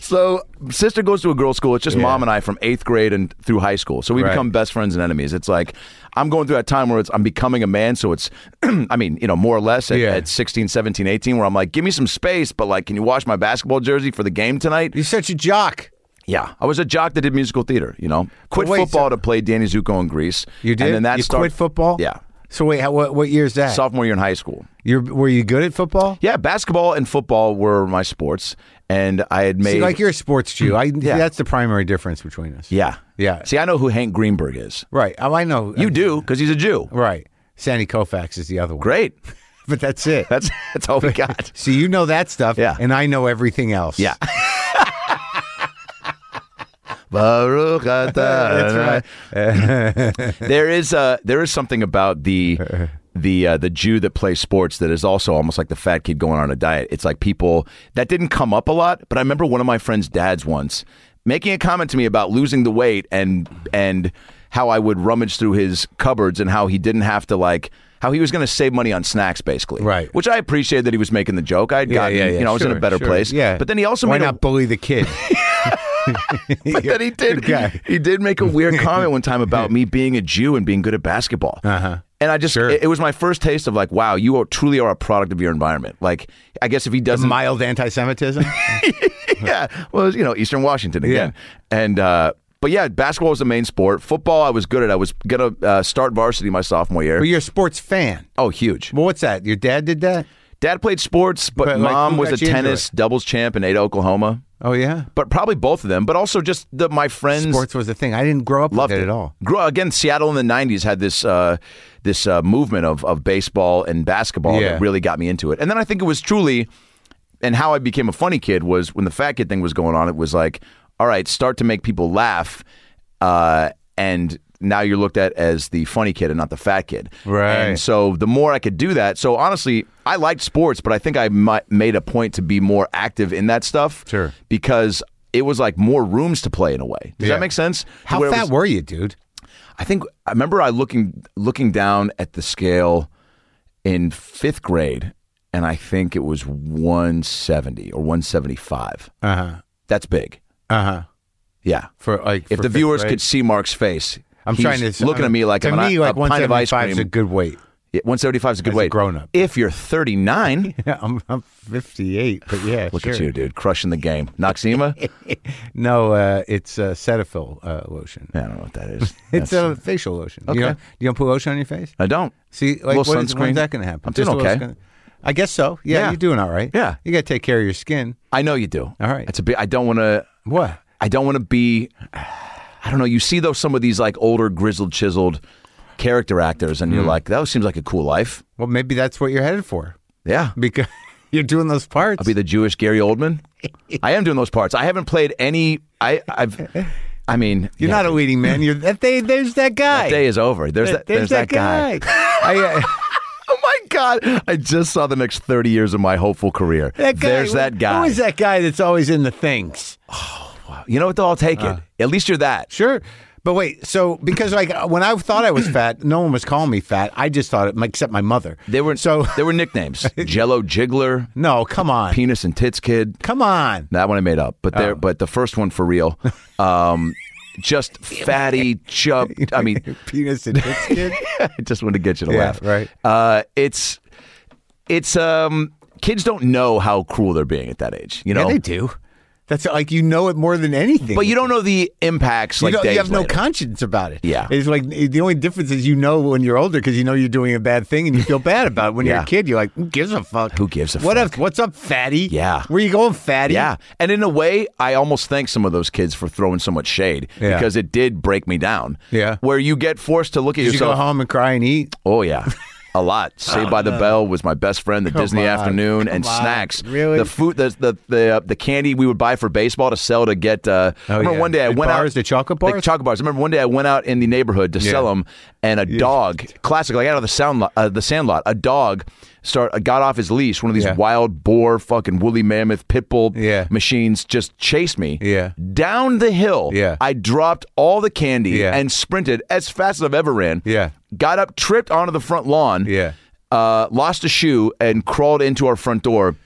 so sister goes to a girls' school. It's just mom and I from eighth grade and through high school. So we
Right.
become best friends and enemies. It's like I'm going through that time where it's I'm becoming a man. So it's, I mean, you know, more or less at,
Yeah.
at 16, 17, 18, where I'm like, give me some space, but like, can you wash my basketball jersey for the game tonight?
You're such a jock.
Yeah, I was a jock that did musical theater. You know, quit
wait,
football to play Danny Zuko in Greece.
You did.
and then that
you
start-
quit football.
Yeah.
So wait, how, what what year is that?
sophomore year in high school.
You're were you good at football?
Yeah, basketball and football were my sports, and I had made
See, like you're a sports Jew. I,
Yeah.
That's the primary difference between us.
yeah,
Yeah.
See, I know who Hank Greenberg is.
Right. Oh, I know.
You do because he's a Jew.
Right. Sandy Koufax is the other one.
Great.
But that's it.
That's that's all we got.
So you know that stuff,
Yeah.
and I know everything else.
Yeah. Baruch atah. there is uh there is something about the the uh, the Jew that plays sports that is also almost like the fat kid going on a diet. It's like people that didn't come up a lot, but I remember one of my friend's dads once making a comment to me about losing the weight and and how I would rummage through his cupboards and how he didn't have to like how he was going to save money on snacks basically.
Right.
Which I appreciated that he was making the joke. I'd gotten, you know, I was in a
Sure,
better
sure.
place.
Yeah.
But then he also
Why
made a-
not bully the kid?
but then he did.
guy.
He did make a weird comment one time about me being a Jew and being good at basketball. Uh-huh. And I just, it, it was my first taste of like, wow, you are, truly are a product of your environment. Like, I guess if he doesn't,
Mild anti-Semitism.
yeah, well, it was, you know, Eastern Washington again. And, uh, but yeah, basketball was the main sport. Football, I was good at. I was gonna uh, start varsity my sophomore year.
but you're a sports fan.
oh, huge!
Well, what's that? Your dad did that?
Dad played sports, but,
But, like,
mom
who
was a
got you into
tennis doubles champ in Ada, Oklahoma.
Oh yeah.
But probably both of them. But also just the, my friends.
Sports was a thing. I didn't grow up
Loved
with
it
it, at all.
Grew, again, Seattle in the '90s had this uh, this uh, movement of of baseball and basketball
Yeah.
that really got me into it. And then I think it was truly, and how I became a funny kid was when the fat kid thing was going on. It was like, all right, start to make people laugh, uh, and now you're looked at as the funny kid and not the fat kid.
Right.
And so the more I could do that, so honestly, I liked sports, but I think I mi- made a point to be more active in that stuff.
Sure.
Because. It was like more rooms to play in a way. Does
Yeah.
that make sense? To
How
where it
fat
was-
were you, dude?
I think I remember I looking looking down at the scale in fifth grade, and I think it was 170 or 175.
Uh huh.
That's big.
Uh huh.
Yeah.
For like,
If
for
the
fifth
viewers
grade?
could see Mark's face,
I'm
he's
trying to uh,
looking at me like
to
I'm an-
me, like
a pint of ice
175
cream.
is a good weight.
Yeah, 175 is a good
a
weight.
grown-up.
If you're 39,
Yeah, I'm, I'm 58, but yeah,
look
sure.
at you, dude, crushing the game. Noxema? yeah,
No, uh, it's uh, Cetaphil uh, lotion.
I don't know what that is.
It's
That's-
a facial lotion. You, don't,
Okay.
you don't put lotion on your face?
I don't.
See, like,
Little
what is-
sunscreen.
when's that going to happen?
I'm doing
Just a little
okay.
skin- I guess so. Yeah,
Yeah.
you're doing all right.
Yeah.
You got to take care of your skin.
I know you do.
All right.
It's a big, I don't want to.
What?
I don't want to be. I don't know. You see those some of these like older grizzled, chiseled character actors, and
Mm.
you're like, that seems like a cool life.
Well, maybe that's what you're headed for
Yeah,
because you're doing those parts.
I'll be the Jewish Gary Oldman. I am doing those parts. I haven't played any. I I've. I mean,
you're not a leading man. You're that day. There's that guy.
That day is over. There's that.
there's, that, guy. I, uh,
Oh my God! I just saw the next thirty years of my hopeful career.
that guy.
There's that guy.
Who is that guy that's always in the things?
You know what? Though I'll take
Uh.
it. At least you're that.
Sure. But wait, so because like uh, when I thought I was fat, no one was calling me fat. I just thought it, except my mother.
They were
so.
There were nicknames: Jello Jiggler,
No, come on,
Penis and Tits Kid.
come on.
That one I made up, but there,
Oh.
but the first one for real. Um, just fatty chub. I mean,
Penis and tits kid.
I just want to get you to
Yeah,
laugh.
right.
Uh, it's it's um, kids don't know how cruel they're being at that age. You know,
Yeah, they do. That's like you know it more than anything.
But you don't know the impacts
You
like
don't-
days
you have no
later.
conscience about it.
Yeah.
It's like the only difference is you know when you're older because you know you're doing a bad thing and you feel bad about it. When you're
Yeah.
a kid, you're like, who gives a fuck?
Who gives a
what
fuck?
Up, what's up, fatty?
Yeah.
Where you going, fatty?
Yeah. And in a way, I almost thank some of those kids for throwing so much shade
Yeah.
because it did break me down.
Yeah.
Where you get forced to look at
Did you go
yourself.
home and cry and eat?
Oh, yeah. A lot. Saved by the Bell was my best friend. The Disney
Oh, on.
afternoon and
Come on.
snacks.
Really?
The food, the the the, uh, the candy we would buy for baseball to sell to get. Uh, I remember
Oh, yeah.
one day I
The
went
bars,
out
the chocolate
The
bars?
chocolate bars. I remember one day I went out in the neighborhood to sell 'em sell them, and a dog, classic, like out of the sound lot, uh, the sandlot, a dog start uh, got off his leash. One of these
Yeah.
wild boar, fucking woolly mammoth, pit bull
Yeah.
machines just chased me.
Yeah.
Down the hill.
Yeah.
I dropped all the candy
Yeah.
and sprinted as fast as I've ever ran.
Yeah.
Got up, tripped onto the front lawn.
Yeah.
Uh, lost a shoe and crawled into our front door.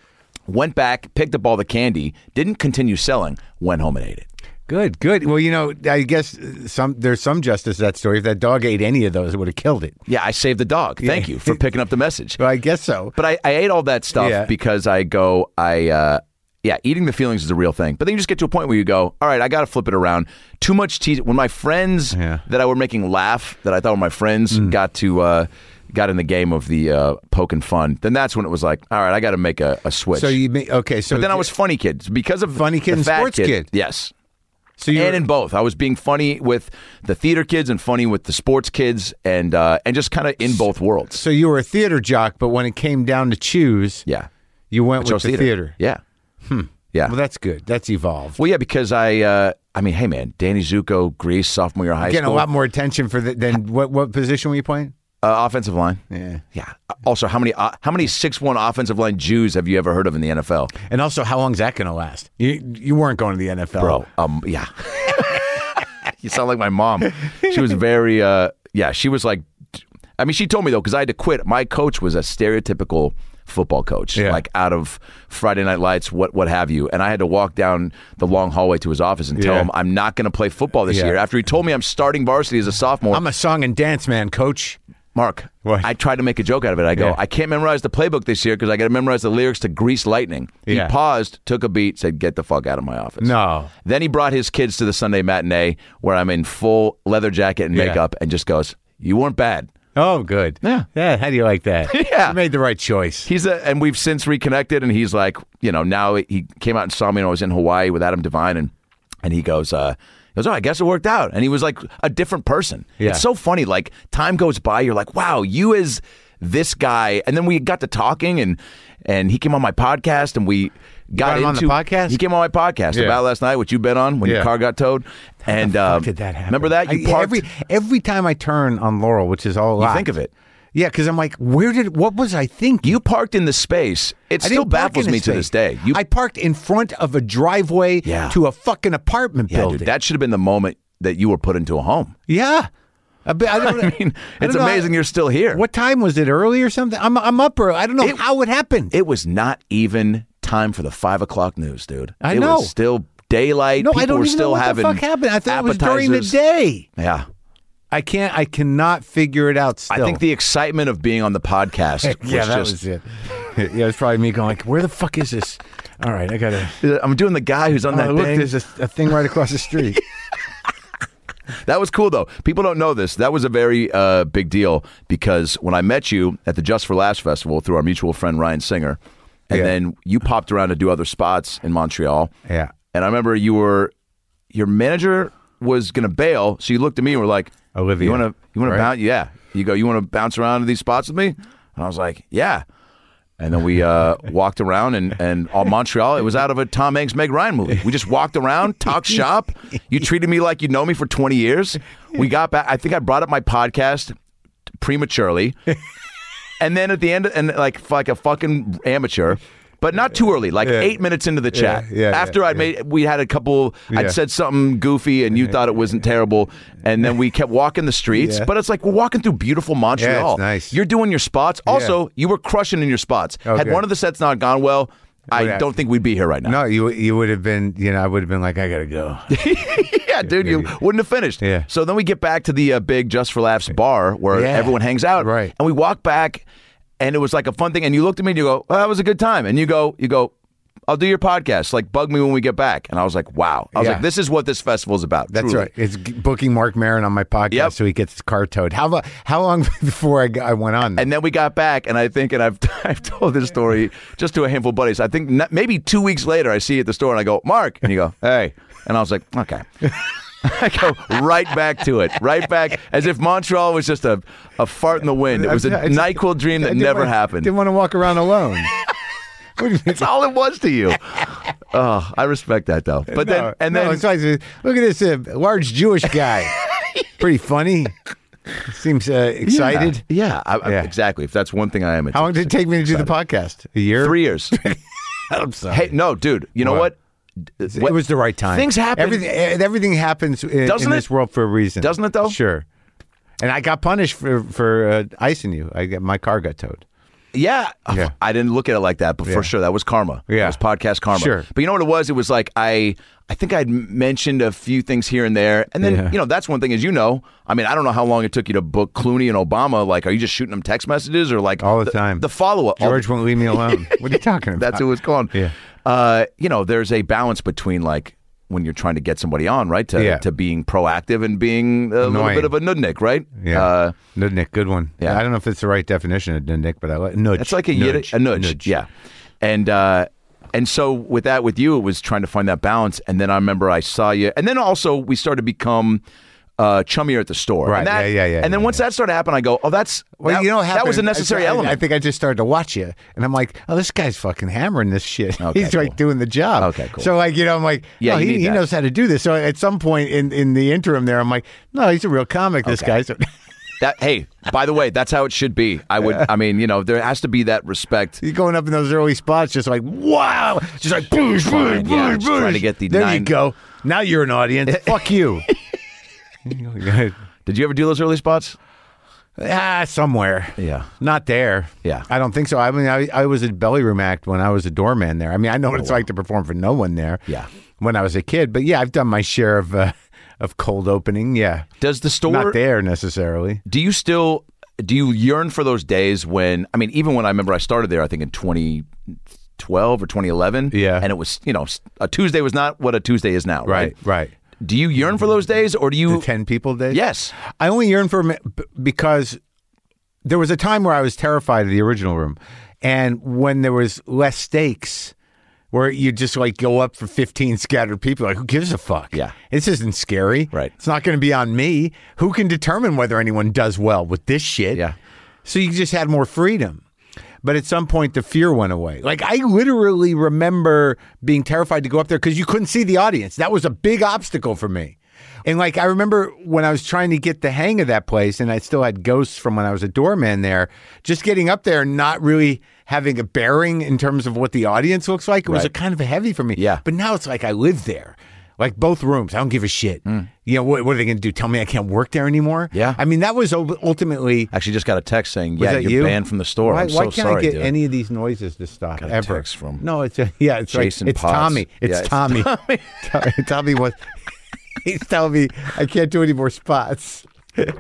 Went back, picked up all the candy, didn't continue selling, went home and ate it.
Good, good. Well, you know, I guess uh, some there's some justice to that story. If that dog ate any of those, it would have killed it.
Yeah, I saved the dog. Thank you for picking up the message.
Well, I guess so.
But I, I ate all that stuff
Yeah.
because I go, I, uh, yeah, eating the feelings is a real thing. But then you just get to a point where you go, all right, I got to flip it around. Too much tease. When my friends
Yeah. Mm.
that I were making laugh, that I thought were my friends, got to, uh, got in the game of the uh, poke and fun, then that's when it was like, all right, I got to make a, a switch.
So you ma- okay? So
but then I was funny kid because of
Funny
the
kid and
fat
sports kid.
Yes.
so you
and in both, I was being funny with the theater kids and funny with the sports kids, and uh, and just kind of in both worlds.
so you were a theater jock, but when it came down to choose,
Yeah,
you went with
Chose
the theater. Hmm.
Yeah, yeah.
Well, that's good. That's evolved.
Well, yeah, because I, uh, I mean, hey, man, Danny Zuko, Greece, sophomore year of high
Getting
school,
a lot more attention for the, than what what position were you playing?
uh, offensive line.
Yeah.
Yeah. Also, how many uh, how many six one offensive line Jews have you ever heard of in the NFL,
And also, how long's that going to last? You you weren't going to the NFL,
Um, yeah. you sound like my mom. She was very, uh, yeah. She was like, I mean, she told me though because I had to quit. My coach was a stereotypical football coach,
Yeah.
like out of Friday Night Lights, what what have you. And I had to walk down the long hallway to his office and tell
Yeah.
him I'm not going to play football this
Yeah.
year. After he told me I'm starting varsity as a sophomore.
I'm a song and dance man, coach.
Mark,
What?
I tried to make a joke out of it. I go,
Yeah.
I can't memorize the playbook this year because I got to memorize the lyrics to Grease Lightning.
Yeah.
He paused, took a beat, said, Get the fuck out of my office.
No.
Then he brought his kids to the Sunday matinee where I'm in full leather jacket and
Yeah.
makeup and just goes, You weren't bad.
Oh, good.
Yeah.
Yeah. How do you like that?
Yeah.
You made the right choice.
He's a, and we've since reconnected, and he's like, you know, now he came out and saw me, and I was in Hawaii with Adam Devine, and and he goes, uh, he goes, oh, I guess it worked out, and he was like a different person.
Yeah.
It's so funny, like time goes by, you're like, wow, you as this guy, and then we got to talking, and and he came on my podcast, and we got
him on the
into
podcast?
He came on my podcast
Yeah.
about last night, which you've been on when
Yeah.
your car got towed, and
How
um,
did that happen?
Remember that you
I-
parked.
every every time I turn on Laurel, which is all a lot,
think of it.
Yeah, because I'm like, where did what was I thinking?
you parked in the space. It
I
still
didn't park
baffles
in
me
a
to this
space.
day. You
I parked in front of a driveway
Yeah.
to a fucking apartment
Yeah, dude,
building.
that should have been the moment that you were put into a home.
yeah. I, be- I don't,
I mean,
I
it's
don't know.
amazing you're still here.
What time was it? Early or something? I'm I'm up early. I don't know how it happened.
It was not even time for the five o'clock news, dude.
I
it
know.
was still daylight.
no,
People
I don't
were
even
still
know what
having
the fuck happened. I thought it was during the
appetizers.
day.
Yeah.
I can't. I cannot figure it out. Still,
I think the excitement of being on the podcast was
yeah, that
just
was it. yeah, it's probably me going like, where the fuck is this? All right, I gotta.
I'm doing the guy who's on that
oh, look,
thing.
there's a, a thing right across the street.
That was cool though. People don't know this. That was a very uh, big deal because when I met you at the Just for Laughs festival through our mutual friend Ryan Singer, and
Yeah.
then you popped around to do other spots in Montreal.
Yeah.
And I remember you were your manager was gonna bail, so you looked at me and were like,
Olivia,
you wanna you wanna
right?
bounce? Yeah. You go. You wanna bounce around to these spots with me?" And I was like, "Yeah." And then we uh, walked around and, and on Montreal. It was out of a Tom Hanks, Meg Ryan movie. We just walked around, talked shop. You treated me like you know me for 20 years. We got back. I think I brought up my podcast prematurely. And then at the end, and like like a fucking amateur, but not too early. Like eight minutes into the chat,
yeah, yeah,
after I'd made, we had a couple.
Yeah.
I'd said something goofy, and you thought it wasn't terrible, and then we kept walking the streets.
Yeah.
But it's like we're walking through beautiful Montreal.
nice.
You're doing your spots. Also, you were crushing in your spots. Had
Okay.
one of the sets not gone well, I
Would've-
don't think we'd be here right now.
No, you you would have been. You know, I would have been like, I gotta go.
yeah, dude, you wouldn't have finished.
Yeah.
So then we get back to the uh, big Just for Laughs bar where
Yeah.
everyone hangs out.
Right.
And we walk back, and it was like a fun thing. And you looked at me and you go, well, "That was a good time." And you go, "You go, I'll do your podcast. Like, bug me when we get back. And I was like, wow. I was
Yeah.
like, this is what this festival is about.
That's
truly.
right. It's g- booking Mark Marin on my podcast
Yep.
so he gets his car towed. How lo- how long before I, g- I went on?
And then we got back, and I think, and I've, I've told this story just to a handful of buddies. I think n maybe two weeks later, I see you at the store, and I go, Mark. And you go, hey. And I was like, okay. I go right back to it, right back, as if Montreal was just a, a fart in the wind. It was a
I just-
NyQuil dream
I
that
didn't
never
wanna-
happened.
Didn't want to walk around alone. What do you mean?
That's all it was to you. Oh, I respect that though. But then,
No,
and
no,
then,
it's always, uh, look at this uh, large Jewish guy. Pretty funny. Seems uh,
Yeah.
excited.
Yeah, I- I-
Yeah.
exactly. If that's one thing I am, it's
How long did it take me to do the podcast? A year.
three years.
I'm sorry.
hey, no, dude. You know
What?
what?
it was the right time.
Things happen.
Everything, e- everything happens in, in
Doesn't it?
this world for a reason.
Doesn't it, though?
Sure. And I got punished for for uh, icing you. I got my car got towed.
Yeah.
Yeah.
I didn't look at it like that, but for sure that was karma.
Yeah.
It was podcast karma.
Sure.
But you know what it was? It was like I I think I'd m- mentioned a few things here and there. And then,
Yeah.
you know, that's one thing is you know, I mean, I don't know how long it took you to book Clooney and Obama. Like, are you just shooting them text messages or like
All the time.
The follow up.
George won't leave me alone. what are you talking about?
That's who it's called.
Yeah.
Uh, you know, there's a balance between like when you're trying to get somebody on, right? To
Yeah.
to being proactive and being a little
Annoying.
bit of a nudnik, right?
Yeah.
Uh,
Nudnik, good one.
yeah.
I don't know if it's the right definition of nudnik, but I like nudge.
that's like a
nudge,
Yiddish, a nudge, yeah. And uh, and so with that, with you, it was trying to find that balance. And then I remember I saw you, and then also we started to become. Uh, chummier at the store,
Right,
And that-
yeah, yeah, yeah,
And then
yeah,
once that started to happen, I go, "Oh, that's
Well,
that,
you know, what
that was a
happened?
necessary
I, I-
element."
I think I just started to watch you, and I'm like, oh, this guy's fucking hammering this shit.
Okay,
He's
cool.
like doing the job.
Okay, cool.
So like, you know, I'm like,
Yeah,
yeah,
you
he,
need
he
that.
knows how to do this. So at some point in in the interim, there, I'm like, no, he's a real comic. This guy. So,
that hey, by the way, that's how it should be. I would, I mean, you know, there has to be that respect
he's going up in those early spots, just like wow, just like boosh, boosh,
Fine, yeah,
boosh,
just trying to
boosh.
get the
There
nine-
you go. Now you're an audience. Fuck you.
Did you ever do those early spots?
ah, somewhere.
Yeah.
Not there.
Yeah.
I don't think so. I mean, I, I was at Belly Room Act when I was a doorman there. I mean, I know what it's like to perform for no one there.
Oh, Yeah.
When I was a kid, but yeah, I've done my share of uh, of cold opening. Yeah.
Does the store
Not there necessarily.
do you still do you yearn for those days when I mean even when I remember I started there I think in 2012 or 2011
Yeah.
and it was you know a Tuesday was not what a Tuesday is now right,
Right.
Do you yearn for those days or do you
Ten people did.
Yes.
I only yearn for 'em b- because there was a time where I was terrified of the original room, and when there was less stakes, where you just like go up for fifteen scattered people, like who gives a fuck?
Yeah.
this isn't scary.
Right.
it's not going to be on me. Who can determine whether anyone does well with this shit?
Yeah.
so you just had more freedom. But at some point, the fear went away. Like I literally remember being terrified to go up there because you couldn't see the audience. That was a big obstacle for me. And like I remember when I was trying to get the hang of that place, and I still had ghosts from when I was a doorman there. Just getting up there, and not really having a bearing in terms of what the audience looks like, it was
Right.
a kind of heavy for me.
Yeah.
But now it's like I live there. Like both rooms, I don't give a shit. You know what, what are they going to do? Tell me I can't work there anymore?
Mm. Yeah.
I mean, that was ul- ultimately
actually just got a text saying
was
yeah
that
you're
you?
banned from the store
Why,
I'm so
why can't
sorry
I get
dude.
any of these noises to stop
Got a
ever?
text from
no, it's a, yeah, it's
Jason
like, it's
Potts.
Tommy. It's,
Yeah, it's
Tommy. Tommy. Tommy was. He's telling me I can't do any more spots.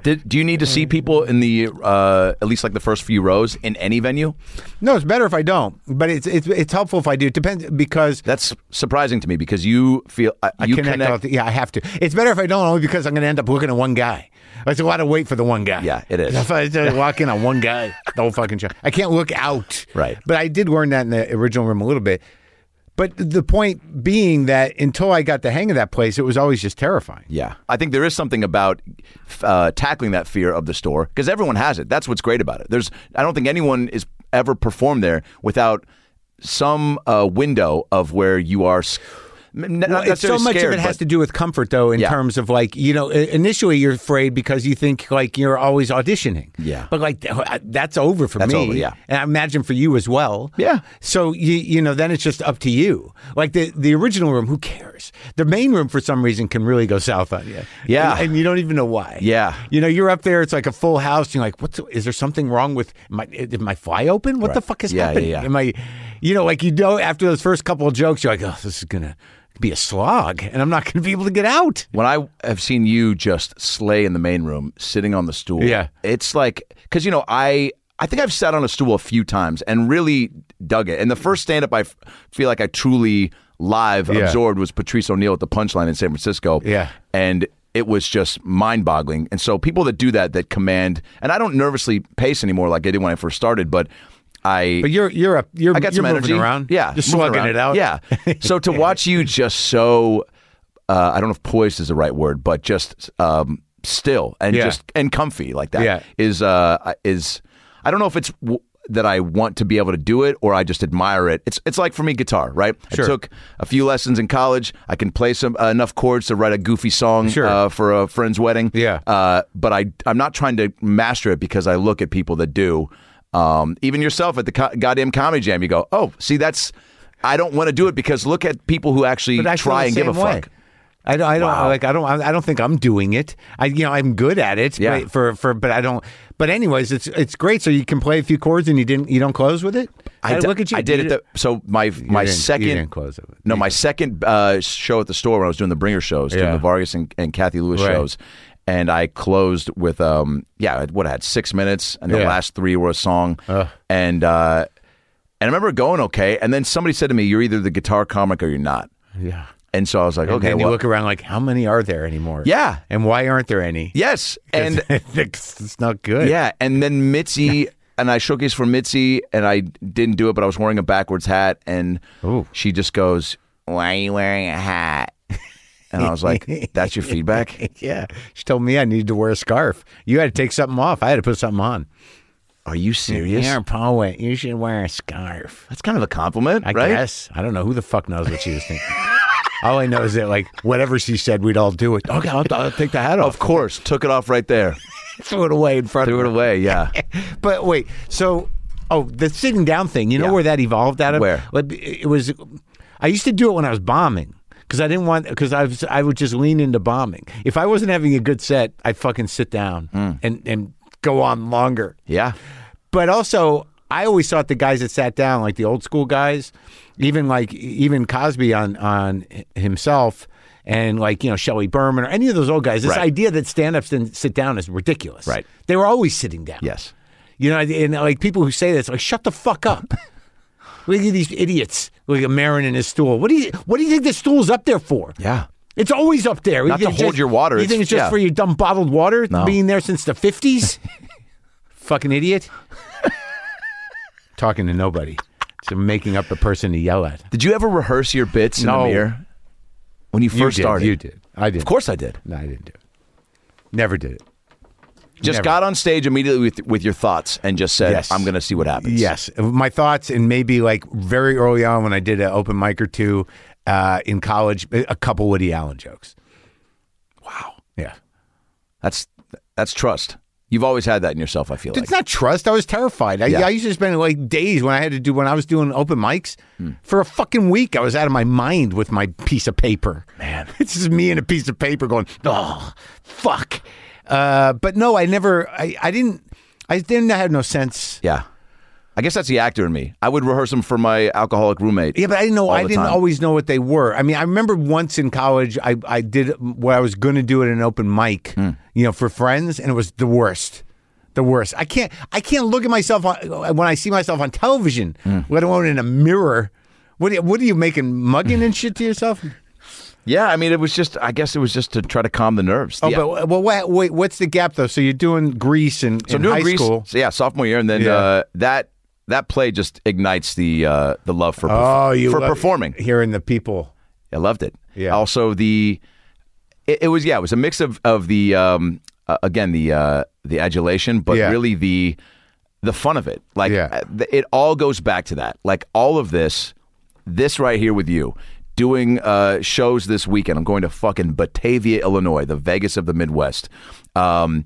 Did, do you need to
Mm.
see people in the uh, at least like the first few rows in any venue?
No, it's better if I don't. But it's it's it's helpful if I do. It depends because
That's surprising to me because you feel I, you
connect
connect
all the- yeah, I have to. It's better if I don't only because I'm going to end up looking at one guy. It's a lot of wait for the one guy.
Yeah, it is.
If I just walk in on one guy, the whole fucking show. I can't look out.
Right.
But I did learn that in the original room a little bit. But the point being that until I got the hang of that place, it was always just terrifying.
Yeah. I think there is something about f- uh, tackling that fear of the store because everyone has it. That's what's great about it. There's, I don't think anyone is ever performed there without some uh, window of where you are. s- n- not
Well, it's so
necessarily
much
scared,
of it has
but-
to do with comfort, though, in
Yeah.
terms of like you know, i- initially you're afraid because you think like you're always auditioning.
Yeah.
but like th- I- that's over for
That's
me.
over, yeah.
and I imagine for you as well.
Yeah.
So you you know then it's just up to you. Like the the original room, who cares? The main room for some reason can really go south on you.
Yeah.
and, and you don't even know why.
Yeah.
you know you're up there, it's like a full house. And you're like, what's is there something wrong with my did my fly open? What the fuck is
Yeah, yeah,
happening?
yeah.
Am I, you know, like you know, after those first couple of jokes, you're like, oh, this is gonna be a slog, and I'm not gonna be able to get out.
When I have seen you just slay in the main room, sitting on the stool,
Yeah.
it's like because you know I I think I've sat on a stool a few times and really dug it. And the first stand up I f- feel like I truly live
Yeah.
absorbed was Patrice O'Neill at the Punchline in San Francisco.
Yeah.
And it was just mind boggling. And so people that do that, that command, and I don't nervously pace anymore like I did when I first started, but I.
But you're you're up. You're,
I got
you're
some
moving
energy
around.
Yeah,
just
moving
slugging
around.
it out.
Yeah. So to watch you just so, uh, I don't know if poised is the right word, but just um, still and
Yeah.
just and comfy like that is
Yeah.
uh, is I don't know if it's w- that I want to be able to do it or I just admire it. It's it's like for me guitar, right?
Sure.
I took a few lessons in college. I can play some uh, enough chords to write a goofy song
Sure.
uh, for a friend's wedding.
Yeah.
Uh, but I I'm not trying to master it because I look at people that do. Um, even yourself at the co- goddamn comedy jam, you go, oh, see, that's I don't want to do it because look at people who actually
But I feel
try
the
and give a
same way.
fuck.
I don't, I don't
Wow.
like. I don't. I don't think I'm doing it. I, you know, I'm good at it.
Yeah.
But for for, but I don't. But anyways, it's it's great. So you can play a few chords, and you didn't. You don't close with it.
d-
look at you.
I did
You
it. The, so my my
didn't- you
second
didn't close it.
No, my second uh, show at the store when I was doing the Bringer shows, doing
Yeah.
the Vargas and, and Kathy Lewis
Right.
shows, and I closed with um yeah what I had six minutes, and the
Yeah.
last three were a song, and uh, and I remember going okay, and then somebody said to me, "You're either the guitar comic or you're not,"
yeah.
and so I was like,
And
okay,
then
well,
you look around like, how many are there anymore?
Yeah.
And why aren't there any?
yes, and
it's not good.
Yeah, and then Mitzi and I showcased for Mitzi, and I didn't do it, but I was wearing a backwards hat, and
Ooh.
she just goes, "Why are you wearing a hat?" And I was like, "That's your feedback."
Yeah. She told me I needed to wear a scarf. You had to take something off. I had to put something on.
Are you serious?
You're a poet. You should wear a scarf.
That's kind of a compliment,
I
right?
guess. I don't know who the fuck knows what she was thinking. all I know is that, like, whatever she said, we'd all do it. Okay, I'll, I'll take the hat off.
Of course, took it off right there,
Throw it away in front
threw it
of
away. Yeah,
her. But wait, so, oh, the sitting down thing, you know
Yeah.
where that evolved out of?
Where?
Like, It was, I used to do it when I was bombing. Because I didn't want, because I was, I would just lean into bombing. If I wasn't having a good set, I'd fucking sit down and and go on longer.
yeah.
But also, I always thought the guys that sat down, like the old school guys, even like even Cosby on on himself, and like you know Shelley Berman or any of those old guys. This
Right.
idea that stand ups didn't sit down is ridiculous.
Right.
They were always sitting down.
Yes.
You know, and like people who say this, like shut the fuck up. Look at these idiots. Like a Marin in his stool. What do you What do you think the stool's up there for?
Yeah.
It's always up there.
Not
You
to
think
hold
just-
your water.
You
It's-
think it's just
yeah.
for your dumb bottled water
No.
being there since the fifties? Fucking idiot. Talking to nobody. So making up a person to yell at.
Did you ever rehearse your bits
No.
in the mirror when you first
You did.
started?
You did. I did.
Of course, I did.
No, I didn't do it. Never did it.
Just
Never.
got on stage immediately with, with your thoughts and just said,
Yes.
"I'm going to see what happens."
Yes, my thoughts, and maybe like very early on when I did an open mic or two uh, in college, a couple Woody Allen jokes.
Wow.
Yeah,
That's that's trust. You've always had that in yourself. I feel like
It's not trust. I was terrified. I,
Yeah.
I used to spend like days when I had to do when I was doing open mics
Hmm.
for a fucking week. I was out of my mind with my piece of paper. Man, it's just me and a piece of paper going, oh fuck. Uh, but no, I never. I, I didn't. I didn't. I had no sense.
yeah. I guess that's the actor in me. I would rehearse them for my alcoholic roommate.
Yeah, but I didn't know.
All
I
the
didn't
time.
always know what they were. I mean, I remember once in college, I I did what I was going to do at an open mic,
Hmm.
you know, for friends, and it was the worst. The worst. I can't. I can't look at myself on, when I see myself on television,
Hmm.
let alone in a mirror. What? are- What are you making mugging and shit to yourself?
Yeah, I mean, it was just. I guess it was just to try to calm the nerves.
Oh,
yeah.
but well, wait, wait. What's the gap though? So you're doing Greece and
so
in
doing
high
Grease-
school.
so yeah, sophomore year, and then
Yeah.
uh, that that play just ignites the uh, the love for perf-
Oh, you
for
love-
performing.
hearing the people.
I loved it.
Yeah.
Also the it, it was yeah it was a mix of of the um uh, again the uh the adulation but
Yeah.
really the the fun of it like
Yeah.
uh, th- it all goes back to that like all of this this right here with you doing uh shows this weekend I'm going to fucking Batavia Illinois the Vegas of the Midwest um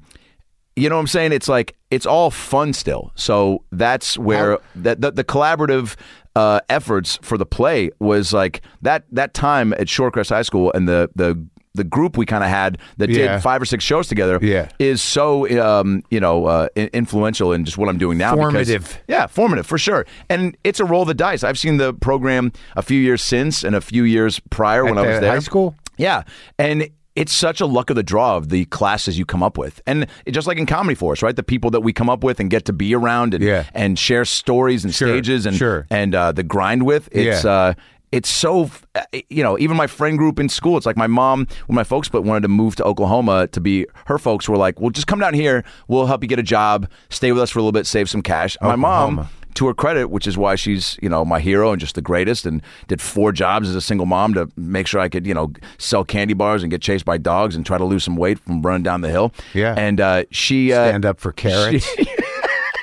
you know what I'm saying? It's like it's all fun still. So that's where that the, the collaborative uh, efforts for the play was like that that time at Shorecrest High School and the the the group we kind of had that
Yeah.
did five or six shows together
Yeah.
is so um, you know uh, i- influential in just what I'm doing now. because-
Formative.
yeah, formative for sure. And it's a roll of the dice. I've seen the program a few years since and a few years prior when I
the
was there.
high school?
Yeah, and it's such a luck of the draw of the classes you come up with. And it, just like in comedy for us, right? The people that we come up with and get to be around and
Yeah.
and share stories and
Sure,
stages and
sure.
and uh, the grind with. It's
Yeah.
uh it's so uh, you know even my friend group in school it's like my mom when my folks but wanted to move to oklahoma to be her folks were like well just come down here we'll help you get a job stay with us for a little bit save some cash my mom to her credit which is why she's you know my hero and just the greatest and did four jobs as a single mom to make sure i could you know sell candy bars and get chased by dogs and try to lose some weight from running down the hill
Yeah.
and uh, she uh,
Stand up for carrots.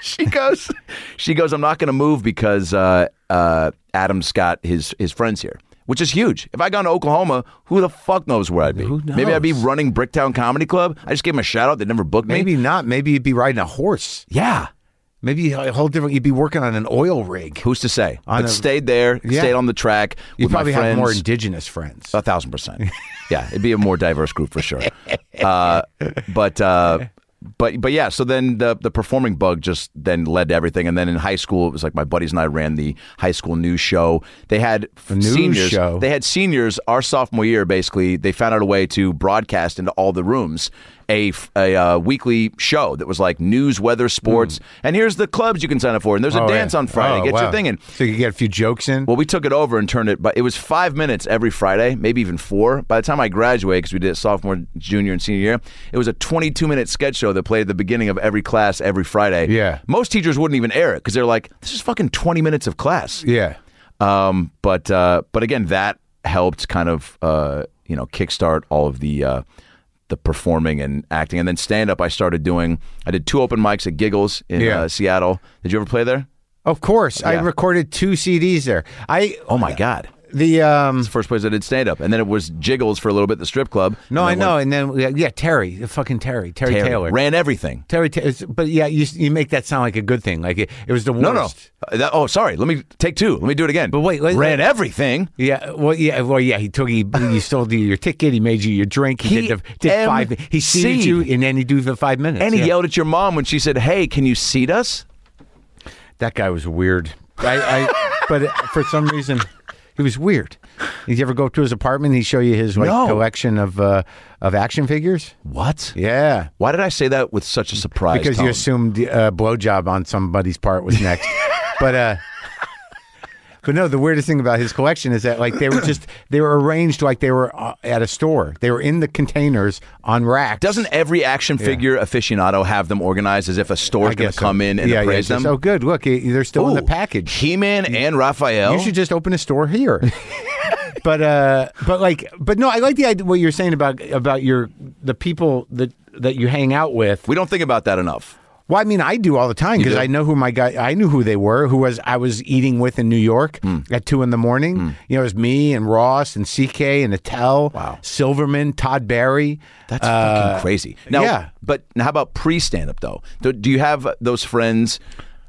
she goes, she goes. I'm not going to move because uh, uh, Adam's got his his friends here, which is huge. If I gone to Oklahoma, who the fuck knows where I'd be?
Who
Maybe I'd be
knows?
running Bricktown Comedy Club. I just gave him a shout out. They never booked me.
Maybe not. Maybe you'd be riding a horse.
Yeah.
Maybe a whole different. You'd be working on an oil rig.
Who's to say?
On
but
a-
stayed there,
Yeah.
stayed on the track.
You
with
probably
my
have
friends.
more indigenous friends.
A thousand percent. Yeah, it'd be a more diverse group for sure. Uh, but uh, but but yeah. So then the the performing bug just then led to everything. And then in high school, it was like my buddies and I ran the high school news show. They had
news
seniors.
show?
They had seniors our sophomore year. Basically, they found out a way to broadcast into all the rooms. A, f- a, uh, weekly show that was like news, weather, sports, and here's the clubs you can sign up for. And there's a
Hmm. Oh,
dance
yeah.
on Friday.
Oh,
Get
wow.
your thing in.
So you could get a few jokes in.
Well, we took it over and turned it, but it was five minutes every Friday, maybe even four. By the time I graduated, because we did it sophomore, junior, and senior year, it was a 22 minute sketch show that played at the beginning of every class every Friday.
Yeah.
Most teachers wouldn't even air it because they're like, this is fucking 20 minutes of class.
yeah.
Um, but, uh, but again, that helped kind of, uh, you know, kickstart all of the, uh, the performing and acting. And then stand up, I started doing, I did two open mics at Giggles in
Yeah.
uh, Seattle. Did you ever play there?
Of course. I
Yeah.
recorded two CDs there. I
Oh my God.
the um
the first place I did stand up, and then it was Jiggles for a little bit, the strip club.
no, I
And then
know. And then yeah, yeah, Terry, the fucking Terry, Terry,
went-
Taylor.
ran everything.
Terry, Ta- it's- but yeah, you you make that sound like a good thing. Like it, it was the worst.
No, no. Uh, that- oh, sorry. Let me take two. Let me do it again. But
wait, wait,
ran
wait.
everything.
Yeah, well, yeah, well, yeah. He took, he, he sold you your ticket. He made you your drink. He,
He
did the did five. He seated
emceed.
you, and then he do the five minutes.
And he
yeah.
yelled at your mom when she said, "Hey, can you seat us?"
That guy was weird. I, I but for some reason, he was weird. Did you ever go to his apartment? and He show you his like
No.
collection of uh, of action figures.
What?
Yeah,
Why did I say that with such a surprise?
because
tone?
you assumed uh, blowjob on somebody's part was next. but uh, but no, the weirdest thing about his collection is that like they were just they were arranged like they were uh, at a store. They were in the containers on racks.
Doesn't every action figure aficionado have them organized as if a
I
store's going
guess
to
so.
come in and
yeah,
appraise
yeah,
them?
So good. Look, eh, they're still in the
Ooh,
package.
He-Man and Raphael.
You should just open a store here. but uh, but like but no, I like the idea what you're saying about about your the people that that you hang out with.
we don't think about that enough.
Well, I mean, I do all the time because
do?
I know who my guy. I knew who they were. Who was I was eating with in New York
Hmm.
at two in the morning. You know, it was me and Ross and CK and Attell,
Wow.
Silverman, Todd Barry.
That's fucking crazy. Uh, Now,
yeah.
But now how about pre stand up though? Do, do you have those friends,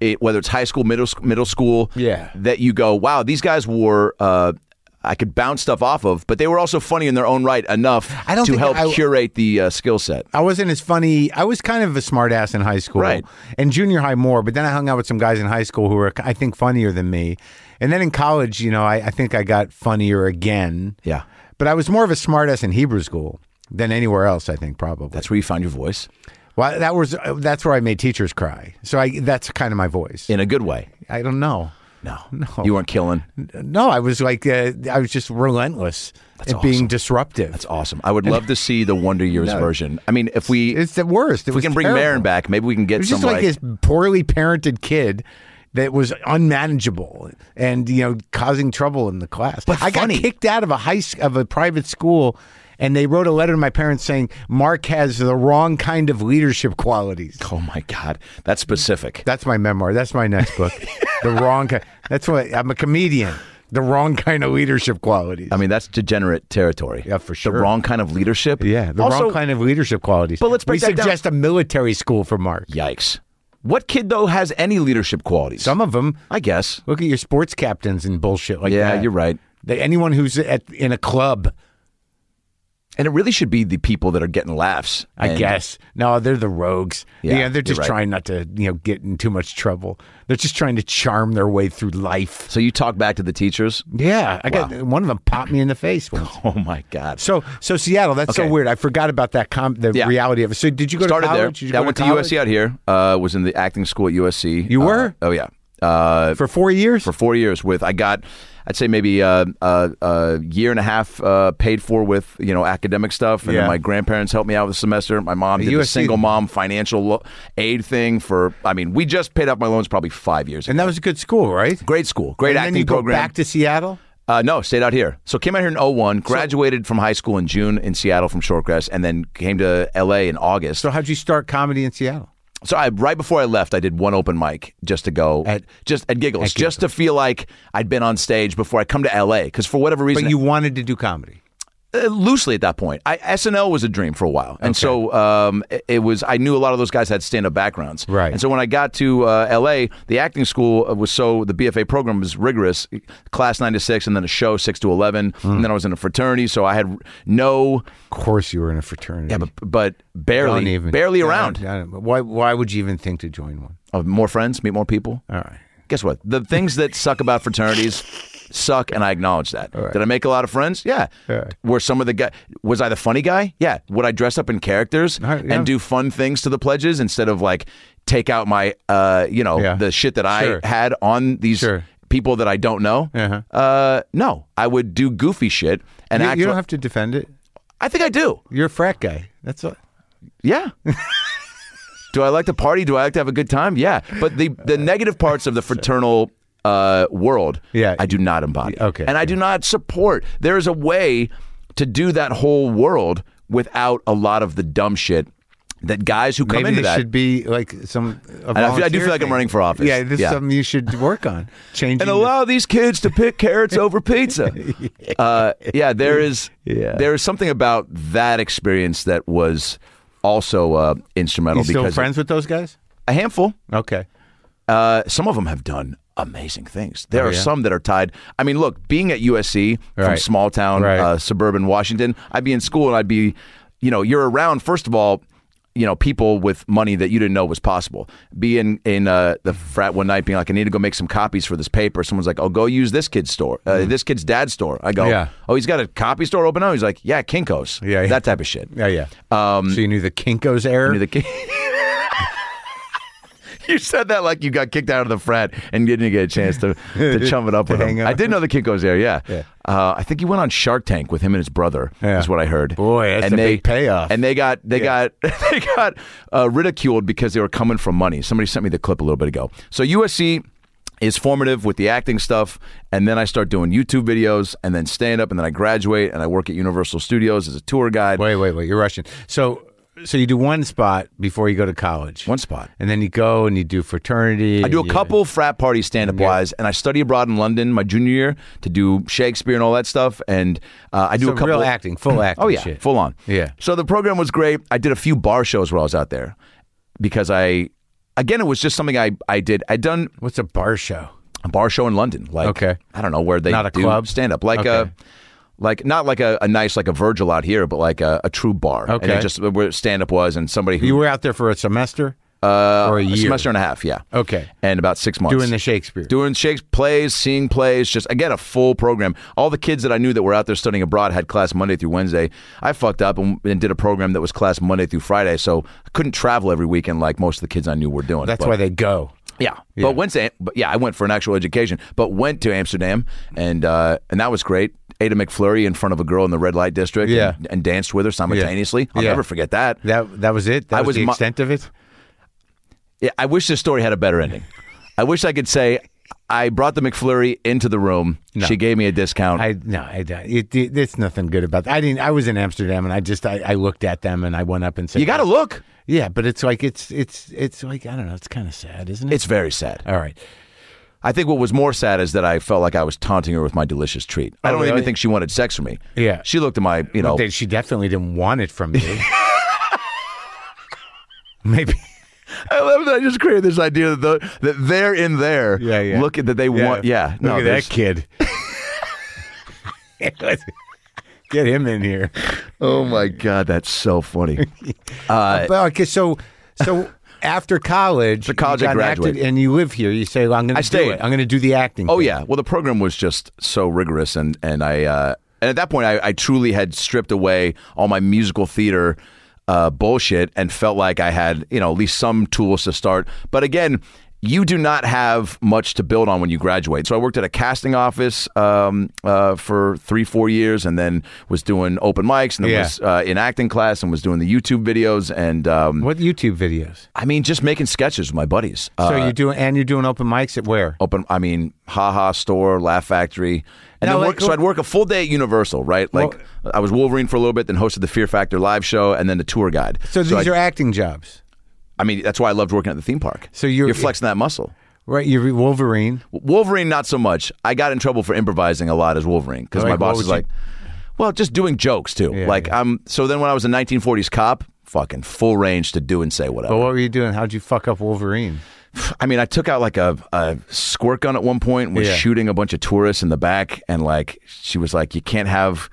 it, whether it's high school, middle sc- middle school,
Yeah.
that you go, wow, these guys were. Uh, I could bounce stuff off of, but they were also funny in their own right enough
I don't
to
think
help
I-
curate the uh, skill set.
I wasn't as funny. I was kind of a smartass in high school,
Right.
And junior high more, but then I hung out with some guys in high school who were, I think, funnier than me. And then in college, you know, I, I think I got funnier again.
Yeah.
But I was more of a smartass in Hebrew school than anywhere else. I think probably.
That's where you found your voice
well, that was that's where I made teachers cry. So I that's kind of my voice.
in a good way.
I don't know.
No, no, you weren't killing.
No, I was like uh, I was just relentless at being
awesome.
disruptive.
It's awesome. I would love to see the Wonder Years version. I mean, if we
it's the worst. It
if we
was
can bring
terrible.
Marin back, maybe we can
It
get
was
some
just like, this poorly parented kid that was unmanageable and you know causing trouble in the class.
But
I
funny.
got kicked out of a high s- of a private school, and they wrote a letter to my parents saying Mark has the wrong kind of leadership qualities.
oh my god, that's specific.
That's my memoir. That's my next book. the wrong kind. That's what I'm a comedian. The wrong kind of leadership qualities.
I mean, that's degenerate territory.
Yeah, for sure.
The wrong kind of leadership.
yeah, the
Also,
wrong kind of leadership qualities.
But let's break
we
that down.
suggest a military school for Mark.
Yikes. What kid though has any leadership qualities?
Some of them
I guess.
Look at your sports captains and bullshit like
Yeah,
that.
you're right.
That anyone who's at, in a club,
And it really should be the people that are getting laughs.
I
And
guess. No, they're the rogues.
Yeah,
Yeah, they're
you're
just
right.
trying not to, you know, get in too much trouble. They're just trying to charm their way through life.
So you talk back to the teachers.
Yeah, I got one of them popped me in the face once.
Oh my God.
So, so Seattle. That's
Okay.
so weird. I forgot about that. Com- the
Yeah.
reality of it. So, did you go
Started
to
there.
college? Did you
I
go
went to,
college
USC out here. Uh, was in the acting school at USC.
You
Uh,
were?
oh yeah. Uh,
for four years.
for four years with I got I'd say maybe uh, uh, a year and a half uh, paid for with you know academic stuff, and
Yeah.
then my grandparents helped me out with a semester. My mom did a
USC
single mom financial lo- aid thing for I mean we just paid off my loans probably five years. ago.
and that was a good school, right?
Great school, great
and
acting
then you go
program.
back to Seattle.
Uh, no, stayed out here. So came out here in 01, graduated from high school in June in Seattle from Shortgrass, and then came to LA in August.
So, how'd you start comedy in Seattle?
So I right before I left, I did one open mic just to go
At-
just at giggles, just to feel like I'd been on stage before I come to LA. Because for whatever reason,
But you wanted to do comedy.
uh, loosely at that point. I, SNL was a dream for a while, and so um, it, it was. I knew a lot of those guys had stand-up backgrounds,
Right.
And so when I got to uh, LA, the acting school uh, was so the BFA program was rigorous, class nine to six, and then a show six to eleven,
Hmm.
and then I was in a fraternity, so I had no,
Of course, you were in a fraternity.
yeah, but, but
Don't
barely,
even-
barely
Yeah,
around.
yeah, but why? Why would you even think to join one?
Oh, more friends, meet more people.
All right.
Guess what? The things that suck about fraternities suck, and I acknowledge that. Did I make a lot of friends? Yeah.
Yeah.
Were some of the guy? Was I the funny guy? Yeah. Would I dress up in characters
right, yeah.
and do fun things to the pledges instead of like take out my, uh, you know,
Yeah.
the shit that I
Sure.
had on these
Sure.
people that I don't know?
Uh-huh.
Uh, no, I would do goofy shit and
You,
act.
you
li-
don't have to defend it.
I think I do.
You're a frat guy. That's all.
Yeah. Do I like to party? Do I like to have a good time? Yeah. But the the negative parts of the fraternal uh, world,
Yeah.
I do not embody.
Okay.
And I do not support. There is a way to do that whole world without a lot lot of the dumb shit that guys who come
Maybe
into
this
that.
should be like some. a
I feel- I do
volunteer
feel like I'm
thing.
running for office.
Yeah, this
Yeah.
is something you should work on. Changing.
and
the-
allow these kids to pick carrots over pizza. Uh, yeah, there is
Yeah.
there is something about that experience that was also uh, instrumental
you still
because
friends with those guys?
a handful.
Okay.
Uh, some of them have done amazing things. There are
Oh, yeah?
some that are tied. I mean, look, being at USC from
Right.
small town,
Right.
uh, suburban Washington, I'd be in school and I'd be, you know, you're around, first of all, you know, people with money that you didn't know was possible. Be in, in uh, the frat one night being like, I need to go make some copies for this paper. Someone's like, oh, go use this kid's store, uh, this kid's dad's store. I go,
Mm-hmm. Yeah.
oh, he's got a copy store open now? He's like, yeah, Kinko's.
Yeah, yeah.
That type of shit.
Yeah, yeah. Um, so you knew the Kinko's error.
You're the king. You said that like you got kicked out of the frat and didn't get a chance to, to chum it up with
hang
him.
out.
I did know the kid goes there, yeah.
Yeah.
Uh, I think he went on Shark Tank with him and his brother.
Yeah.
Is what I heard.
Boy, that's
and
a
they,
big payoff.
And they got they got they got uh, ridiculed because they were coming from money. Somebody sent me the clip a little bit ago. So USC is formative with the acting stuff, and then I start doing YouTube videos, and then stand up, and then I graduate, and I work at Universal Studios as a tour guide.
wait, wait, wait. You're Russian. So, so you do one spot before you go to college.
One spot.
and then you go and you do fraternity.
I do a couple frat party stand up wise, and I study abroad in London my junior year to do Shakespeare and all that stuff. And uh, I do
So
a couple
real acting, full acting.
Oh yeah,
shit.
full on.
Yeah.
So the program was great. I did a few bar shows while I was out there because I, again, it was just something I I did. I'd done
What's a bar show?
a bar show in London. Like
Okay.
I don't know where they
Not a
do
club?
stand up. Like
Okay.
a like not like a, a nice like a Virgil out here, but like a, a true bar. And
Okay.
it just where stand up was and somebody who
You were out there for a semester
uh,
or a year,
semester and a half, yeah.
Okay.
And about six months.
doing the Shakespeare.
Doing Shakespeare plays, seeing plays, just again a full program. All the kids that I knew that were out there studying abroad had class Monday through Wednesday. I fucked up and, and did a program that was class Monday through Friday, so I couldn't travel every weekend like most of the kids I knew were doing.
That's
But-
why they go.
yeah. But Wednesday, but yeah, I went for an actual education, but went to Amsterdam and uh, and that was great. Ate a McFlurry in front of a girl in the red light district,
Yeah.
and, and danced with her simultaneously. I'll
Yeah.
never forget that.
That that was it. That
I
was,
was
the
mo-
extent of it.
Yeah, I wish this story had a better ending. I wish I could say I brought the McFlurry into the room. She gave me a discount.
I no, I don't- it, it, it's nothing good about that. I didn't. I was in Amsterdam, and I just I, I looked at them, and I went up and said,
you got to look.
yeah." But it's like it's it's it's like I don't know. It's kind of sad, isn't it?
It's very sad.
All right.
I think what was more sad is that I felt like I was taunting her with my delicious treat. I
Oh,
don't
really?
even think she wanted sex from me.
Yeah.
She looked at my, you know,
They- she definitely didn't want it from you. Maybe.
I love that I just created this idea that, the, that they're in there.
Yeah, yeah.
Look at that they want. Yeah.
Look at that
there's-
kid. Get him in here.
Oh my god, that's so funny.
but okay, so so after college, after
college, I
you got acted
graduated.
and you live here. You say, well, "I'm going to do
stayed.
it. I'm going to do the acting."
Oh yeah. Well, the program was just so rigorous, and and I uh, and at that point, I, I truly had stripped away all my musical theater uh, bullshit and felt like I had you know at least some tools to start. But again. You do not have much to build on when you graduate. So I worked at a casting office um, uh, for three, four years, and then was doing open mics, and then
Yeah.
was uh, in acting class, and was doing the YouTube videos, and um,
What YouTube videos?
I mean, just making sketches with my buddies. Uh,
So you doing and you're doing open mics at where?
open i mean haha store laugh factory and
Now,
then
like,
work, so i'd work a full day at universal right like i was wolverine for a little bit then hosted the fear factor live show and then the tour guide
So these
I,
are acting jobs,
I mean that's why i loved working at the theme park
So you're-
you're flexing that muscle
right? You're Wolverine.
Wolverine, not so much. I got in trouble for improvising a lot as Wolverine because
Like,
my
what
boss was
would you-
like, "Well, just doing jokes too." like I'm. So then, when I was a 1940s cop, fucking full range to do and say whatever.
But what were you doing? How'd you fuck up Wolverine?
I mean, I took out like a, a squirt gun at one point, and was
Yeah.
shooting a bunch of tourists in the back, and like she was like, "You can't have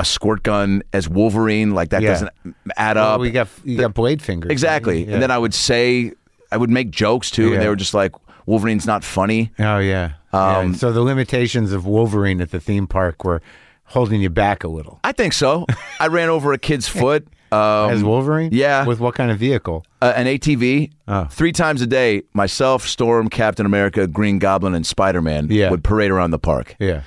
a squirt gun as Wolverine, like that
Yeah.
doesn't add
Oh,
up."
we got you got blade fingers. right?
Uh, exactly.
Yeah.
And then I would say, I would make jokes too,
Yeah.
and they were just like, "Wolverine's not funny."
Oh yeah.
Um,
yeah. So the limitations of Wolverine at the theme park were holding you back a little.
I think so. I ran over a kid's foot. Um,
As Wolverine?
yeah.
With what kind of vehicle?
uh, an ATV
Oh.
three times a day. Myself, Storm, Captain America, Green Goblin, and Spider Man
Yeah.
would parade around the park.
Yeah.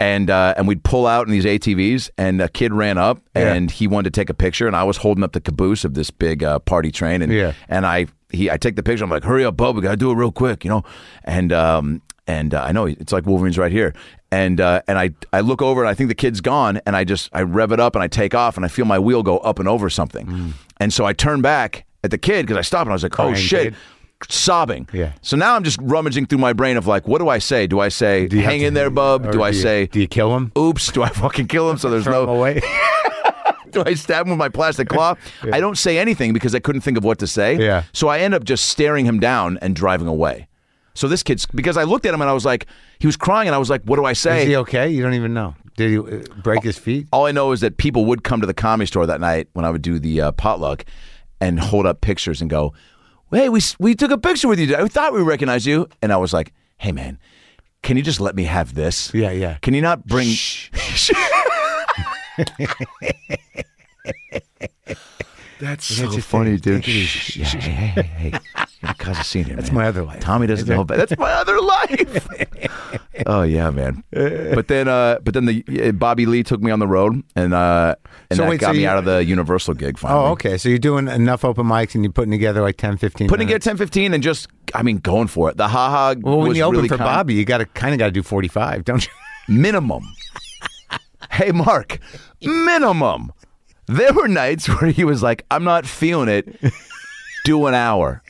and uh, and we'd pull out in these ATVs, and a kid ran up and he wanted to take a picture, and I was holding up the caboose of this big uh, party train, and
Yeah.
and I he I take the picture, I'm like, hurry up, bub, we gotta do it real quick, you know, and um and uh, I know it's like Wolverine's right here. And, uh, and I, I look over and I think the kid's gone and I just I rev it up and I take off and I feel my wheel go up and over something, and so I turn back at the kid because I stopped and I was like oh
Mm. Crying
shit,
kid.
sobbing.
Yeah.
So now I'm just rummaging through my brain of like what do I say? Do I say
you have
hang
to-
in there, bub?
Or
Do I
you-
say
Do you kill him?
oops, do I fucking kill him? So there's
Throw him
no,
away.
do I stab him with my plastic claw? I don't say anything because I couldn't think of what to say.
Yeah.
So I end up just staring him down and driving away. So this kid's, because I looked at him and I was like, he was crying and I was like, what do I
Is
say?
he okay? You don't even know. Did he uh, break his feet?
All I know is that people would come to the comedy store that night when I would do the uh, potluck and hold up pictures and go, hey, we, we took a picture with you. today. We thought we recognized you. And I was like, hey, man, can you just let me have this?
Yeah, yeah.
Can you not bring. That's so funny, dude. Shh. Yeah, hey, hey, hey, hey. Your cousin's seen him. That's
my other life.
Tommy doesn't know about That's my other life. oh yeah, man. But then, uh, but then the uh, Bobby Lee took me on the road, and uh, and
So
that
wait,
got
so
me
you-
out of the Universal gig finally.
Oh, okay. So you're doing enough open mics and you're putting together like 10, 15
Putting
minutes.
together 10, 15 and just, I mean, going for it. The haha.
Well, when
was
you open
really
for
kind.
Bobby, you got to kind of got to do 45, don't you?
minimum. hey, Mark, minimum. There were nights where he was like, I'm not feeling it. Do an hour.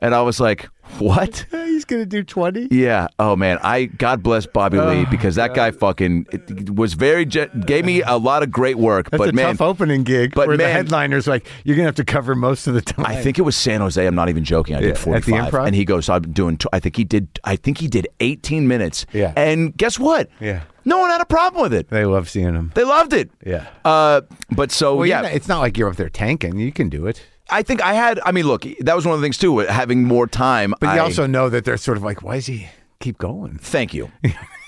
And I was like, what?
He's going to do 20?
Yeah. Oh man. I God bless Bobby
Oh,
Lee because that guy fucking it, was very ge- gave me a lot of great work.
That's
but
a
man,
tough opening gig
but
where the
man-
headliner's like, you're going to have to cover most of the time.
I think it was San Jose. I'm not even joking. I did
Yeah, at the
45,
Improv?
and he goes, "I'm doing." T- I think he did. I think he did 18 minutes.
Yeah.
And guess what?
Yeah.
No one had a problem with it.
They love seeing him.
They loved it.
Yeah.
Uh, but so
Well,
yeah,
yeah. it's not like you're up there tanking. You can do it.
I think I had. I mean, look, that was one of the things too. Having more time,
But
I,
you also know that they're sort of like, why is he keep going?
thank you.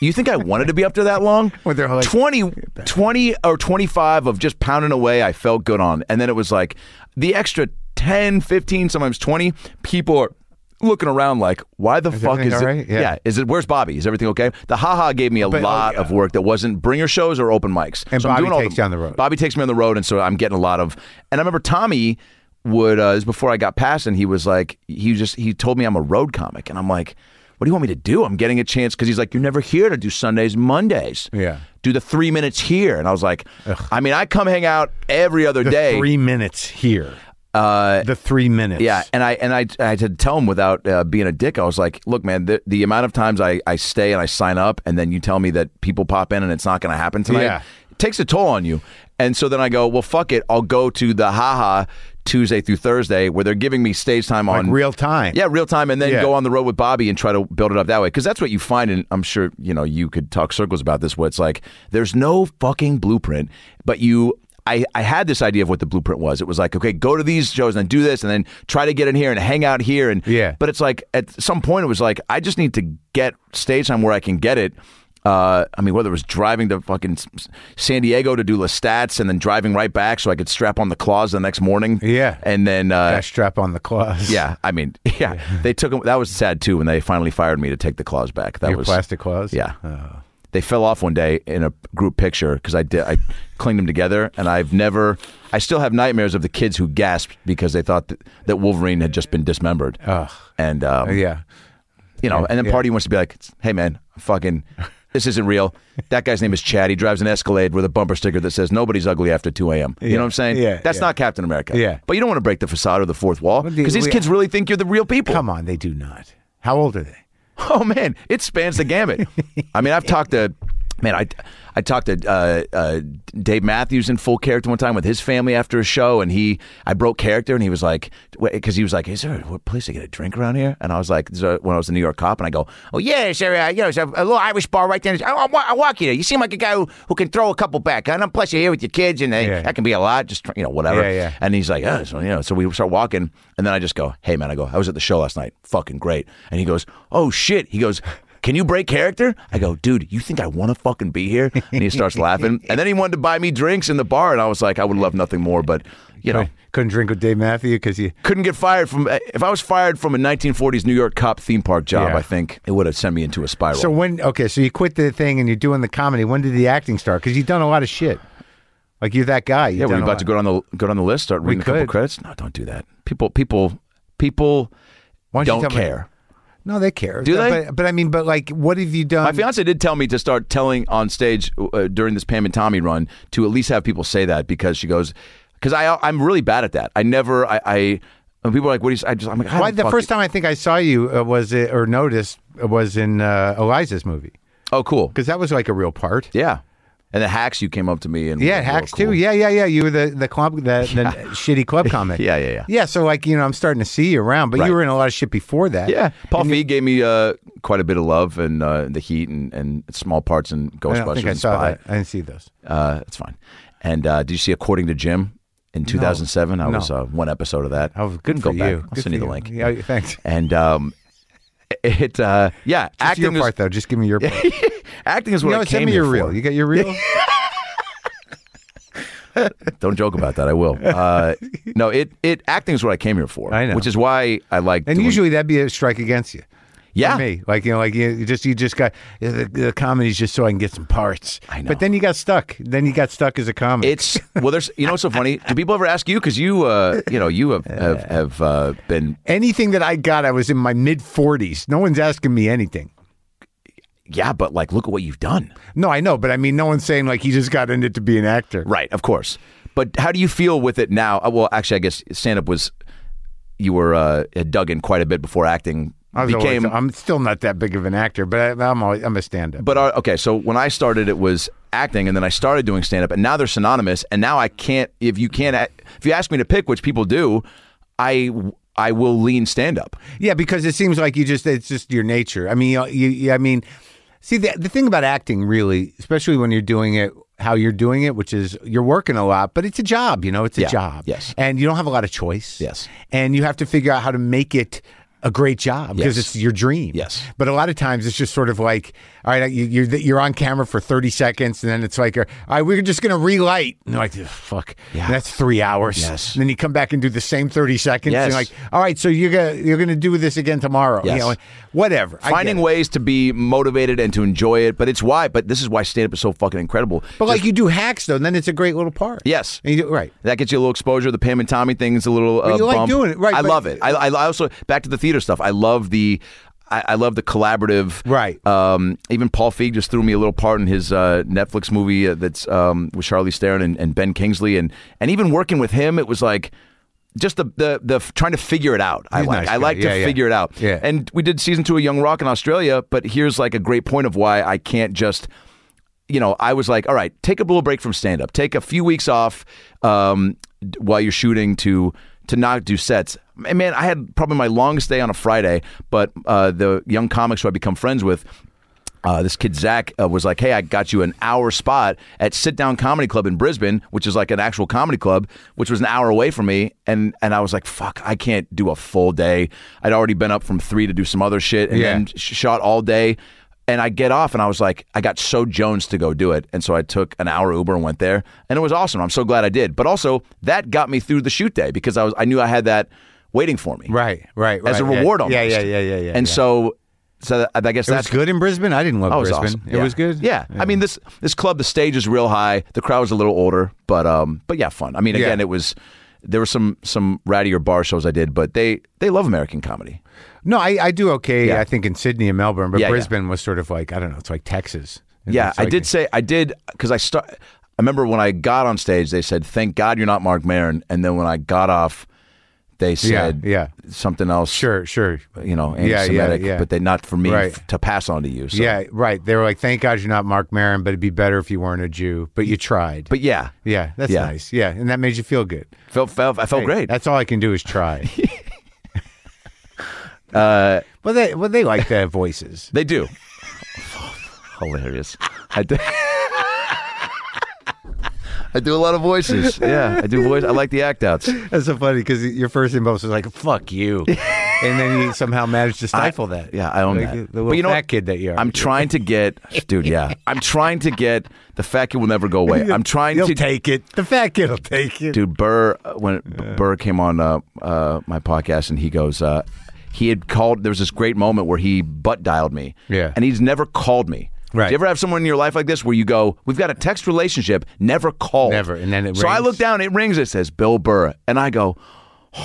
You think I wanted to be up to that long?
Well, they're like-
20, 20 or 25 of just pounding away, I felt good on. And then it was like the extra 10, 15, sometimes 20 people are looking around like, why the fuck
everything
is
all
it?
right? Yeah. oh,
Is it, where's Bobby? Is everything okay? The haha gave me a lot of work that wasn't bringer shows or open mics.
And
So I'm
Bobby
doing all
takes you on the road.
Bobby takes me on the road, and so I'm getting a lot of. And I remember Tommy would uh, this was before I got past, and he was like, he just he told me I'm a road comic, and I'm like, what do you want me to do? I'm getting a chance because he's like, you're never here to do Sundays, Mondays.
Yeah.
do the three minutes here, and I was like, I mean, I come hang out every other day.
Three minutes here. Uh, the three minutes.
Yeah, and I and I I had to tell him without uh, being a dick. I was like, look, man, the, the amount of times I I stay and I sign up, and then you tell me that people pop in and it's not going to happen tonight.
Yeah.
It takes a toll on you. And so then I go, well, fuck it. I'll go to the haha Tuesday through Thursday, where they're giving me stage time on
real time.
Yeah, real time, and then
Yeah.
go on the road with Bobby and try to build it up that way. Because that's what you find, and I'm sure you know you could talk circles about this. Where it's like there's no fucking blueprint, but you. I, I had this idea of what the blueprint was. It was like, okay, go to these shows and do this, and then try to get in here and hang out here. And
Yeah.
but it's like at some point it was like I just need to get stage time where I can get it. Uh, I mean, whether it was driving to fucking S- S- San Diego to do Lestats and then driving right back so I could strap on the claws the next morning.
Yeah.
and then uh,
I strap on the claws.
yeah, I mean, yeah, they took them. That was sad too when they finally fired me to take the claws back. That
Your
was
plastic Oh. claws.
Yeah, they fell off one day in a group picture because I did. I clinged them together, and I've never. I still have nightmares of the kids who gasped because they thought that, that Wolverine had just been dismembered. And um,
Yeah.
you know, and then
yeah.
party wants to be like, "Hey, man, fucking." This isn't real. That guy's name is Chad. He drives an Escalade with a bumper sticker that says "Nobody's ugly after 2 a.m." You know what I'm saying?
Yeah,
That's
yeah.
not Captain America.
Yeah.
But you don't want to break the facade or the fourth wall
Well, the-
because these
we-
kids really think you're the real people.
Come on, they do not. How old are they?
Oh man, it spans the gamut. I mean, I've talked to man, I I talked to uh, uh, Dave Matthews in full character one time with his family after a show, and he I broke character, and he was like, because he was like, is there a place to get a drink around here? And I was like, "There's a- when I was a New York cop, and I go, oh yeah, it's a, uh, you know, it's a, a little Irish bar right there. I, I, wa- I walk you there. You seem like a guy who, who can throw a couple back, and I'm plus you're here with your kids, and they,
Yeah.
that can be a lot. Just you know, whatever.
Yeah, yeah.
And he's like, oh, so, you know, so we start walking. And then I just go, hey, man, I go, I was at the show last night. Fucking great. And he goes, oh, shit. He goes, can you break character? I go, dude, you think I want to fucking be here? And he starts laughing. And then he wanted to buy me drinks in the bar. And I was like, I would love nothing more, but, you know.
Couldn't drink with Dave Matthew because you.
Couldn't get fired from. eh, If I was fired from a 1940s New York cop theme park job,
Yeah.
I think it would have sent me into a spiral.
So when okay, so you quit the thing and you're doing the comedy. When did the acting start? Because you've done a lot of shit. Like you're that guy. You've
yeah, we're
done a
about to
lot.
go down the go down the list. Start reading a couple
could.
credits. No, don't do that. People, people, people
Why don't you
don't
tell me-
care.
No, they care.
Do they?
But, but I mean, but like, what have you done?
My fiance did tell me to start telling on stage uh, during this Pam and Tommy run to at least have people say that because she goes, because I I'm really bad at that. I never I, I when people are like, what do you? s-" I just I'm like, I
Why,
don't
the
fuck-
first time I think I saw you uh, was uh, or noticed uh, was in uh, Eliza's movie
Oh, cool.
because that was like a real part.
Yeah, and the hacks you came up to me and
Yeah,
were
hacks
cool.
too. Yeah, yeah, yeah. You were the the club, the, the shitty club comic.
Yeah, yeah, yeah.
Yeah, so like you know, I'm starting to see you around, but
Right.
you were in a lot of shit before that.
Yeah, Paul Feig gave me uh, quite a bit of love and uh, the heat and, and small parts and Ghostbusters
I don't think I
and
saw
Spy.
that. I didn't see those.
Uh, it's fine. And uh, did you see According to Jim in 2007? I
No.
was uh, one episode of that.
Oh, good
Go
for
back.
you.
I'll
Good
send you
for
the link.
Yeah, thanks.
and um, it uh, yeah,
Just
acting
your
is,
part though. Just give me your part.
acting is what
You know,
I
what,
came
send me
here
your
for.
reel. You got your reel?
Don't joke about that. I will. Uh, no, it it acting is what I came here for.
I know.
which is why I like.
And
doing-
usually that'd be a strike against you.
yeah,
For me. Like you know, like you, you just you just got the, the comedy's just so I can get some parts.
I know.
But then you got stuck. Then you got stuck as a comic.
it's well. There's you know what's so funny. Do people ever ask you because you uh you know you have have, have uh, been
anything that I got, I was in my mid forties. No one's asking me anything.
yeah, but like look at what you've done.
No, I know, but I mean, no one's saying like he just got into it to be an actor.
Right, of course. But how do you feel with it now? Uh, Well, actually, I guess stand up was you were uh, had dug in quite a bit before acting
I was always-
became
I'm still not that big of an actor, but I, I'm always, I'm a stand up.
But uh, okay, so when I started, it was acting, and then I started doing stand up, and now they're synonymous. And now I can't. If you can't, if you ask me to pick, which people do, I I will lean stand up.
Yeah, because it seems like you just it's just your nature. I mean, you, you you- I mean, see the the thing about acting really, especially when you're doing it how you're doing it, which is you're working a lot, but it's a job, you know, it's a
Yeah,
job.
yes.
And you don't have a lot of choice.
Yes.
And you have to figure out how to make it a great job because
Yes.
it's your dream.
Yes.
But a lot of times it's just sort of like, all right, you, you're you're on camera for 30 seconds, and then it's like, all right, we're just going to relight. And they're like, "Ugh, fuck,
Yeah.
And that's three hours.
Yes.
And then you come back and do the same 30 seconds. And
Yes.
you're like, all right, so you're gonna you're gonna do this again tomorrow.
Yes.
You know, whatever. I
Finding
get it.
ways to be motivated and to enjoy it, but it's why. But this is why stand up is so fucking incredible.
but like you do hacks though, and then it's a great little part.
Yes.
And you do, right.
That gets you a little exposure. The Pam and Tommy thing is a little. Uh,
you like
bump.
doing it, right,
I
but-
love it. I, I I also back to the theater stuff. I love the. I, I love the collaborative.
Right.
Um, even Paul Feig just threw me a little part in his uh, Netflix movie uh, that's um, with Charlize Theron and, and Ben Kingsley, and and even working with him, it was like. Just the, the the f- trying to figure it out. I
He's a
like
nice
I
guy.
like
Yeah,
to
yeah.
figure it out.
Yeah.
And we did season two of Young Rock in Australia, but here's like a great point of why I can't just you know, I was like, all right, take a little break from stand up. Take a few weeks off um, d- while you're shooting to to not do sets. And man, I had probably my longest day on a Friday, but uh, the young comics who I become friends with, uh, this kid Zach uh, was like, "Hey, I got you an hour spot at Sit Down Comedy Club in Brisbane, which is like an actual comedy club, which was an hour away from me." And and I was like, "Fuck, I can't do a full day." I'd already been up from three to do some other shit, and
Yeah.
then sh- shot all day. And I get off, and I was like, I got so Jones to go do it, and so I took an hour Uber and went there, and it was awesome. I'm so glad I did. But also, that got me through the shoot day because I was I knew I had that waiting for me
Right, right, right.
as a
yeah.
reward almost.
Yeah, yeah, yeah, yeah, yeah.
And
yeah.
so, so that- I guess
it
that's
was good in Brisbane. I didn't love
Oh, it was
Brisbane.
awesome.
It
Yeah.
was good.
Yeah. I mean this this club, the stage is real high. The crowd was a little older, but um, but yeah, fun. I mean, again,
Yeah.
it was there were some some rattier bar shows I did, but they they love American comedy.
No, I, I do okay.
Yeah.
I think in Sydney and Melbourne, but
Yeah, yeah.
Brisbane was sort of like I don't know. It's like Texas. It's
yeah, I
like-
did say I did because I start. I remember when I got on stage, they said, "Thank God you're not Mark Maron," and then when I got off, they said,
yeah.
something else."
Sure, sure.
You know,
Yeah, yeah,
anti-Semitic,
yeah.
but they not for me
Right.
f- to pass on to you. So.
Yeah, right. They were like, "Thank God you're not Mark Maron, but it'd be better if you weren't a Jew." But you tried.
but yeah,
yeah, that's
Yeah.
nice. Yeah, and that made you feel good.
felt, felt I felt Oh, great.
That's all I can do is try. Uh, well, they well they like their voices.
They do. Hilarious. I do. I do a lot of voices. Yeah, I do voice. I like the act outs.
That's so funny because your first impulse was like, "Fuck you," and then you somehow managed to stifle that.
Yeah, I own
Like
that.
the- the little fat kid that you are.
I'm trying to get, dude. Yeah, I'm trying to get the fat kid will never go away. I'm trying
You'll
to
take it. The fat kid will take it.
dude burr uh, when burr came on uh, uh, my podcast and he goes uh, he had called there was this great moment where he butt dialed me
Yeah.
and he's never called me
Right.
Do you ever have someone in your life like this where you go, "We've got a text relationship, never called,
Never, and then it
so I
rings.
look down, it rings. It says Bill Burr, and I go,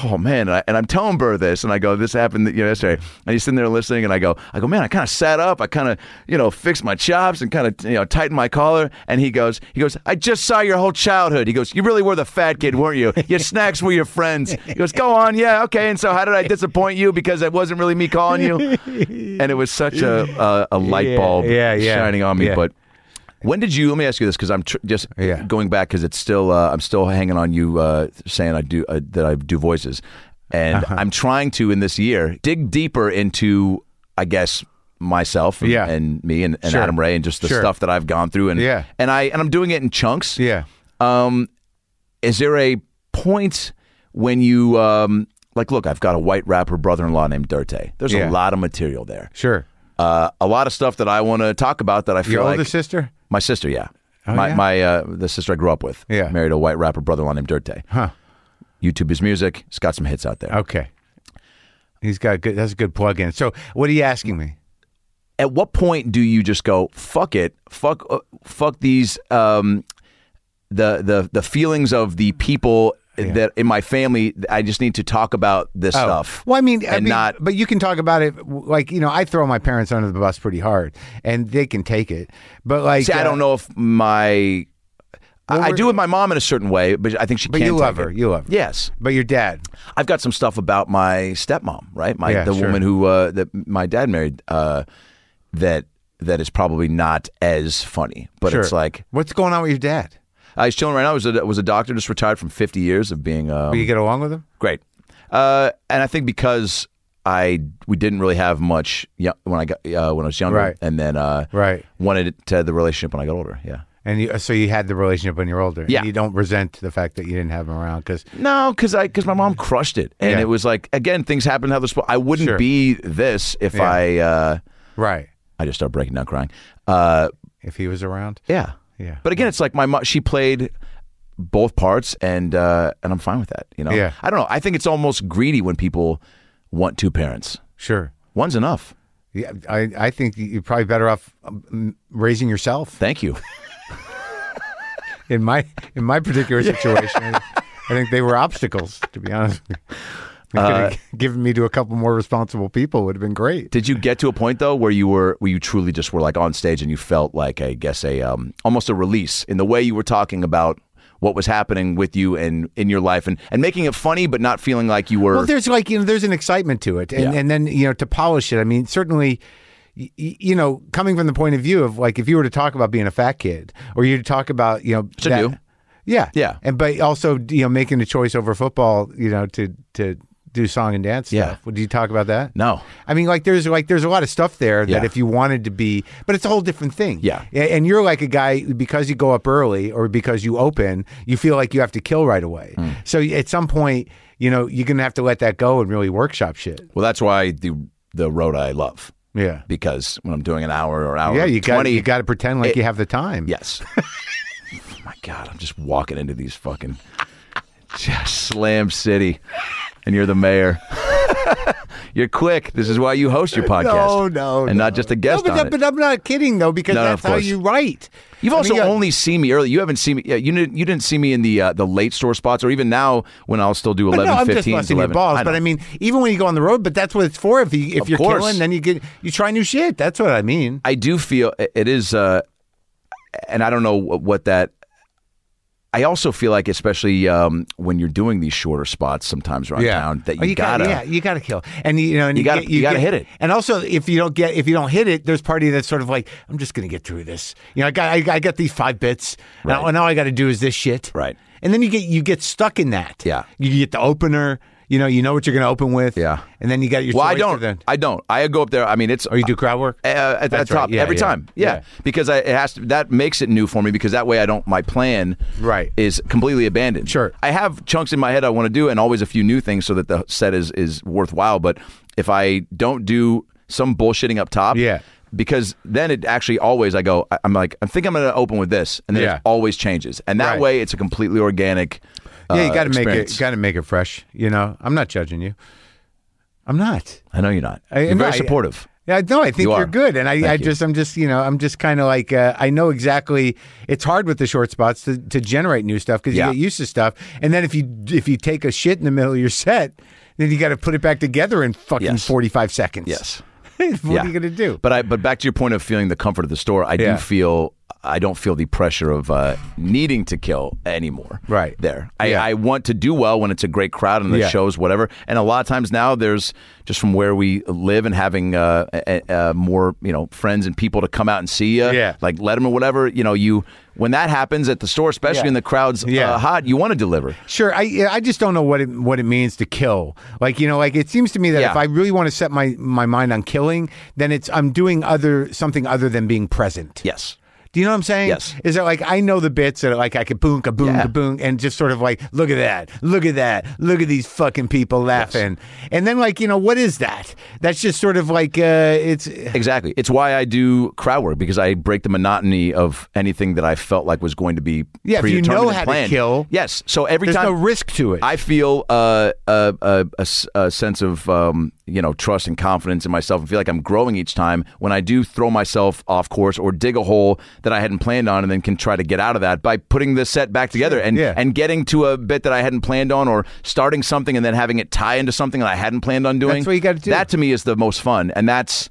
"Oh man!" And, I, and I'm telling Burr this, and I go, "This happened you know, yesterday." And he's sitting there listening, and I go, "I go, man, I kind of sat up, I kind of you know fixed my chops and kind of you know tightened my collar." And he goes, "He goes, I just saw your whole childhood." He goes, "You really were the fat kid, weren't you? Your snacks were your friends." He goes, "Go on, yeah, okay." And so, how did I disappoint you because it wasn't really me calling you? And it was such a a, a light
Yeah,
bulb
yeah, yeah,
shining on me,
yeah.
but. When did you? Let me ask you this because I'm tr- just
Yeah.
going back because it's still uh, I'm still hanging on you uh, saying I do uh, that I do voices, and
Uh-huh.
I'm trying to in this year dig deeper into I guess myself and,
Yeah.
and me and, and
Sure.
Adam Ray and just the
Sure.
stuff that I've gone through and
Yeah.
and I and I'm doing it in chunks.
Yeah.
Is there a point when you um, like look? I've got a white rapper brother-in-law named Dirte. There's
Yeah.
a lot of material there.
Sure.
Uh, a lot of stuff that I want to talk about that I feel
Your
like
older sister?
my sister, yeah. my
Oh, yeah?
my uh, the sister I grew up with.
Yeah.
Married a white rapper brother-in-law named Dirt Day.
Huh.
YouTube his music. It's got some hits out there.
Okay. He's got good that's a good plug in. So what are you asking me?
At what point do you just go fuck it, fuck uh, fuck these um the the the feelings of the people that in my family I just need to talk about this
Oh.
stuff.
Well, I mean, I
and
mean,
not
but you can talk about it like, you know, I throw my parents under the bus pretty hard and they can take it. But like
See, I
uh,
don't know if my I, I
we're-
do with my mom in a certain way, but I think she
But
can
you
take
love her.
it.
You love her.
Yes.
But your dad.
I've got some stuff about my stepmom, right? My
Yeah,
the
sure.
woman who uh, that my dad married uh, that that is probably not as funny, but
Sure.
it's like
What's going on with your dad?
I was chilling right now. I was a, was a doctor just retired from fifty years of being um,
Do you get along with him?
great, uh, and I think because I we didn't really have much yo- when I got uh, when I was younger,
Right.
and then uh,
Right.
wanted it to the relationship when I got older. Yeah,
And you, so you had the relationship when you're older. and
Yeah.
you don't resent the fact that you didn't have him around because
no, because I because my mom crushed it, and
Yeah.
it was like again things happen how they're supposed. I wouldn't
Sure.
be this if I. Uh,
right.
I just started breaking down crying. Uh,
If he was around.
yeah,
Yeah.
But again, it's like my mom. She played both parts, and uh, and I'm fine with that. You know.
Yeah.
I don't know. I think it's almost greedy when people want two parents.
Sure.
One's enough.
Yeah, I, I think you're probably better off um, raising yourself.
Thank you.
In my in my particular situation, I think they were obstacles. To be honest, with you. They could have given me to a couple more responsible people would have been great.
Did you get to a point though where you were where you truly just were like on stage and you felt like I guess a um, almost a release in the way you were talking about what was happening with you and in your life and and making it funny but not feeling like you were
Well, there's like you know, there's an excitement to it, and
Yeah.
and then you know to polish it. I mean, certainly, y- y- you know, coming from the point of view of like if you were to talk about being a fat kid, or you to talk about you know
I do.
Yeah,
Yeah.
and but also you know making the choice over football, you know, to to do song and dance
Yeah.
stuff. Would you talk about that?
No.
I mean, like there's like there's a lot of stuff there that
Yeah.
if you wanted to be, but it's a whole different thing.
Yeah.
A- and you're like a guy because you go up early or because you open, you feel like you have to kill right away.
Hmm.
So at some point, you know, you're gonna have to let that go and really workshop shit.
Well, that's why the the road I love
Yeah,
because when I'm doing an hour or hour
yeah. You got
twenty,
you got to pretend like
it-
you have the time.
yes. oh my God, I'm just walking into these fucking just slam city, and you're the mayor. you're quick. This is why you host your podcast.
No, no,
and not just a guest
no, but,
on
that-
it.
but I'm not kidding though because
No, no,
that's
of
how
course.
you write.
You've
I
also
mean, yeah.
only seen me early. You haven't seen me. Yeah, you didn't. You didn't see me in the uh, the late store spots, or even now when I'll still do
But
11,
no, I'm
15,
just busting your
11.
balls.
I
but
know.
I mean, even when you go on the road, but that's what it's for. If you if
Of
you're
course.
killing, then you get you try new shit. That's what I mean.
I do feel it it is, uh, and I don't know wh- what that. I also feel like, especially um, when you're doing these shorter spots, sometimes around town, that you,
Oh,
gotta.
yeah, you gotta kill, and you know, and
You gotta-
get-
you gotta
get-
hit it.
And also, if you don't get, if you don't hit it, there's part of you that's sort of like, I'm just gonna get through this. You know, I got, I, I got these five bits, and
Right.
all- and all I got to do is this shit,
Right.
And then you get, you get stuck in that.
Yeah.
you get the opener. You know, you know what you're gonna open with.
Yeah.
and then you got your.
Well, I
choice of
don't.
the-
I don't. I go up there. I mean, it's
Oh, you do crowd work.
uh, at the
That's
top
right. Yeah,
every
yeah.
time. Yeah.
Yeah.
because I, it has to. That makes it new for me because that way I don't. My plan
Right.
is completely abandoned.
Sure.
I have chunks in my head I want to do, and always a few new things so that the set is is worthwhile. But if I don't do some bullshitting up top,
Yeah.
Because then it actually always I go I- I'm like I think I'm going to open with this and then
Yeah.
it always changes and that
Right.
way it's a completely organic.
Yeah,
uh,
you got to make it.
experience.
Got to make it fresh. You know, I'm not judging you. I'm not.
I know you're not.
I-
you're
no,
very
I-
supportive.
Yeah, no, I think
You
you
are.
are good, and I, I
you.
just, I'm just, you know, I'm just kind of like, uh, I know exactly. It's hard with the short spots to, to generate new stuff because
Yeah.
you get used to stuff, and then if you if you take a shit in the middle of your set, then you got to put it back together in fucking
Yes.
45 seconds.
Yes.
what
Yeah.
are you gonna do?
But I but back to your point of feeling the comfort of the store, I
Yeah.
do feel I don't feel the pressure of uh, needing to kill anymore.
Right.
There. I,
Yeah.
I want to do well when it's a great crowd and the
Yeah.
shows, whatever. And a lot of times now there's just from where we live and having uh, a, a- a more, you know, friends and people to come out and see you.
Yeah.
Like let them or whatever, you know, you when that happens at the store, especially
Yeah.
and the crowd's
Yeah.
uh, hot, you want to deliver.
Sure, I yeah, I just don't know what it what it means to kill. Like you know, like it seems to me that
Yeah.
if I really want to set my my mind on killing, then it's I'm doing other something other than being present.
Yes.
Do you know what I'm saying?
Yes.
Is that like I know the bits that are like I could boom, kaboom,
Yeah.
kaboom, and just sort of like look at that, look at that, look at these fucking people laughing, and then like you know what is that? That's just sort of like uh, it's
Exactly. It's why I do crowd work because I break the monotony of anything that I felt like was going to be
Yeah, if you
predetermined
know
and
how to
planned.
kill,
Yes. So every
there's
time
no risk to it.
I feel uh, a, a- a s- a sense of um, you know trust and confidence in myself, and feel like I'm growing each time when I do throw myself off course or dig a hole that I hadn't planned on, and then can try to get out of that by putting the set back together and
Yeah.
and getting to a bit that I hadn't planned on, or starting something and then having it tie into something that I hadn't planned on doing.
That's what you gotta do.
That to me is the most fun, and that's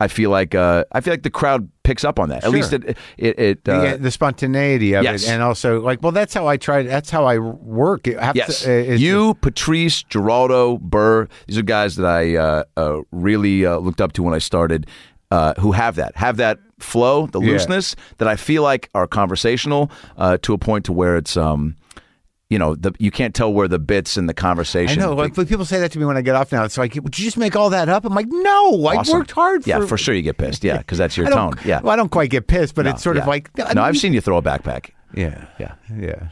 I feel like uh, I feel like the crowd picks up on that. At least it it, it uh,
the, the spontaneity of
Yes.
it, and also like, well, that's how I try. That's how I work. I have
Yes,
to, uh, is-
you, Patrice, Geraldo, Burr. These are guys that I uh, uh, really uh, looked up to when I started. Uh, who have that? Have that flow, the
Yeah.
looseness that I feel like are conversational uh, to a point to where it's, um, you know, the, you can't tell where the bits in the
I
conversation.
know. Like when people say that to me when I get off now. It's like, would you just make all that up? I'm like, no,
Awesome.
I worked hard.
Yeah,
for,
for sure you get pissed. Yeah, because that's your
I
tone.
don't,
Yeah,
Well, I don't quite get pissed, but it's sort
Yeah.
of like
no, I've seen you throw a backpack.
Yeah.
Yeah.
Yeah.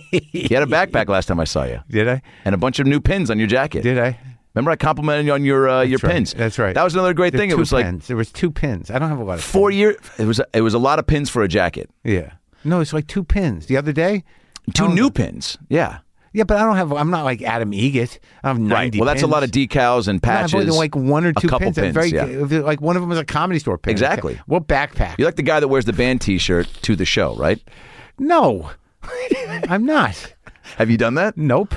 You had a backpack last time I saw you,
Did I?
and a bunch of new pins on your jacket.
Did I?
Remember, I complimented you on your uh, your
That's right.
pins.
That's right.
That was another great
There
thing. It
were two
was like
pins. there was two pins. I don't have a lot of
four year. It was it was a lot of pins for a jacket.
pins. Yeah. No, it's like two pins. The other day, Oh,
Two new pins. Yeah.
yeah, but I don't have. I'm not like Adam Egit. I have ninety.
Right. Well, that's a
pins.
lot of decals and
No, I've
patches.
only done, like one or two
a couple pins.
I'm very-
yeah.
Like one of them was a comedy store pin.
Exactly.
What backpack?
You're like the guy that wears the band T-shirt to the show, right?
no, I'm not.
Have you done that?
Nope.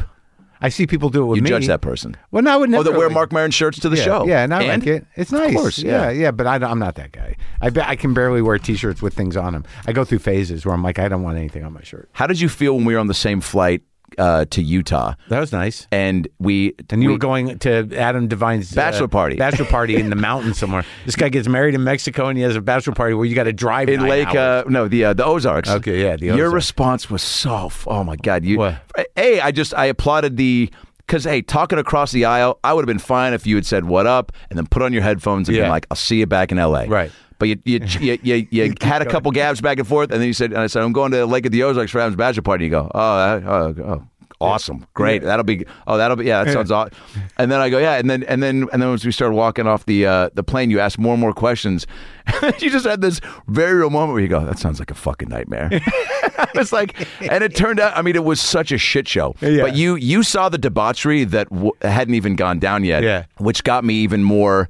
I see people do it with
You
me.
judge that person.
Well, no, I would
Oh,
never.
that wear
like-
Mark Maron shirts to the
yeah,
show.
Yeah, and I like it. It's nice.
Of course.
yeah, but I, am not that guy. I be, I can barely wear t-shirts with things on them. I go through phases where I'm like, I don't want anything on my shirt.
How did you feel when we were on the same flight uh, to Utah,
That was nice.
and we
And you
we-
were going to Adam Devine's uh,
Bachelor party.
bachelor party in the mountains somewhere. This guy gets married in Mexico and he has a bachelor party where you got to drive
in
nine
Lake
hours.
uh, no the uh, the Ozarks.
Okay, yeah, the
your
Ozarks.
response was so f- oh my god you
What?
a I just I applauded the because hey talking across the aisle I would have been fine if you had said what up and then put on your headphones and been
Yeah.
like I'll see you back in L.A.
Right.
But you you you, you, you had a couple gabs back and forth and then you said and I said I'm going to Lake of the Ozarks for Adam's bachelor party. You go oh uh, oh. oh. Awesome, great. That'll be. Oh, that'll be. Yeah, that sounds awesome. And then I go, yeah. And then and then and then once we started walking off the uh, the plane, you asked more and more questions. you just had this very real moment where you go, that sounds like a fucking nightmare. it's like, and it turned out. I mean, it was such a shit show.
Yeah.
But you you saw the debauchery that w- hadn't even gone down yet.
Yeah.
Which got me even more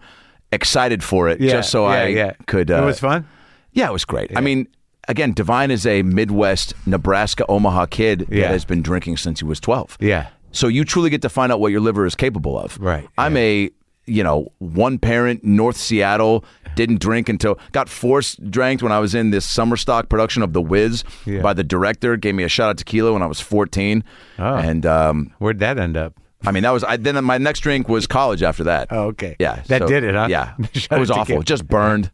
excited for it.
Yeah,
just so
yeah,
I
yeah.
could. Uh,
it was fun.
Yeah, it was great. I mean. Again, Divine is a Midwest, Nebraska, Omaha kid
Yeah.
that has been drinking since he was 12.
Yeah.
So you truly get to find out what your liver is capable of.
Right,
I'm a you know one parent North Seattle didn't drink until got forced drank when I was in this summer stock production of The Wiz
Yeah.
by the director. Gave me a shot of tequila when I was 14,
Oh.
and um,
Where'd that end up?
I mean that was I, then my next drink was college after that.
Oh, okay.
Yeah,
That
so-
did it, huh?
Yeah, it
Shot
was
of
awful.
tequila.
Just burned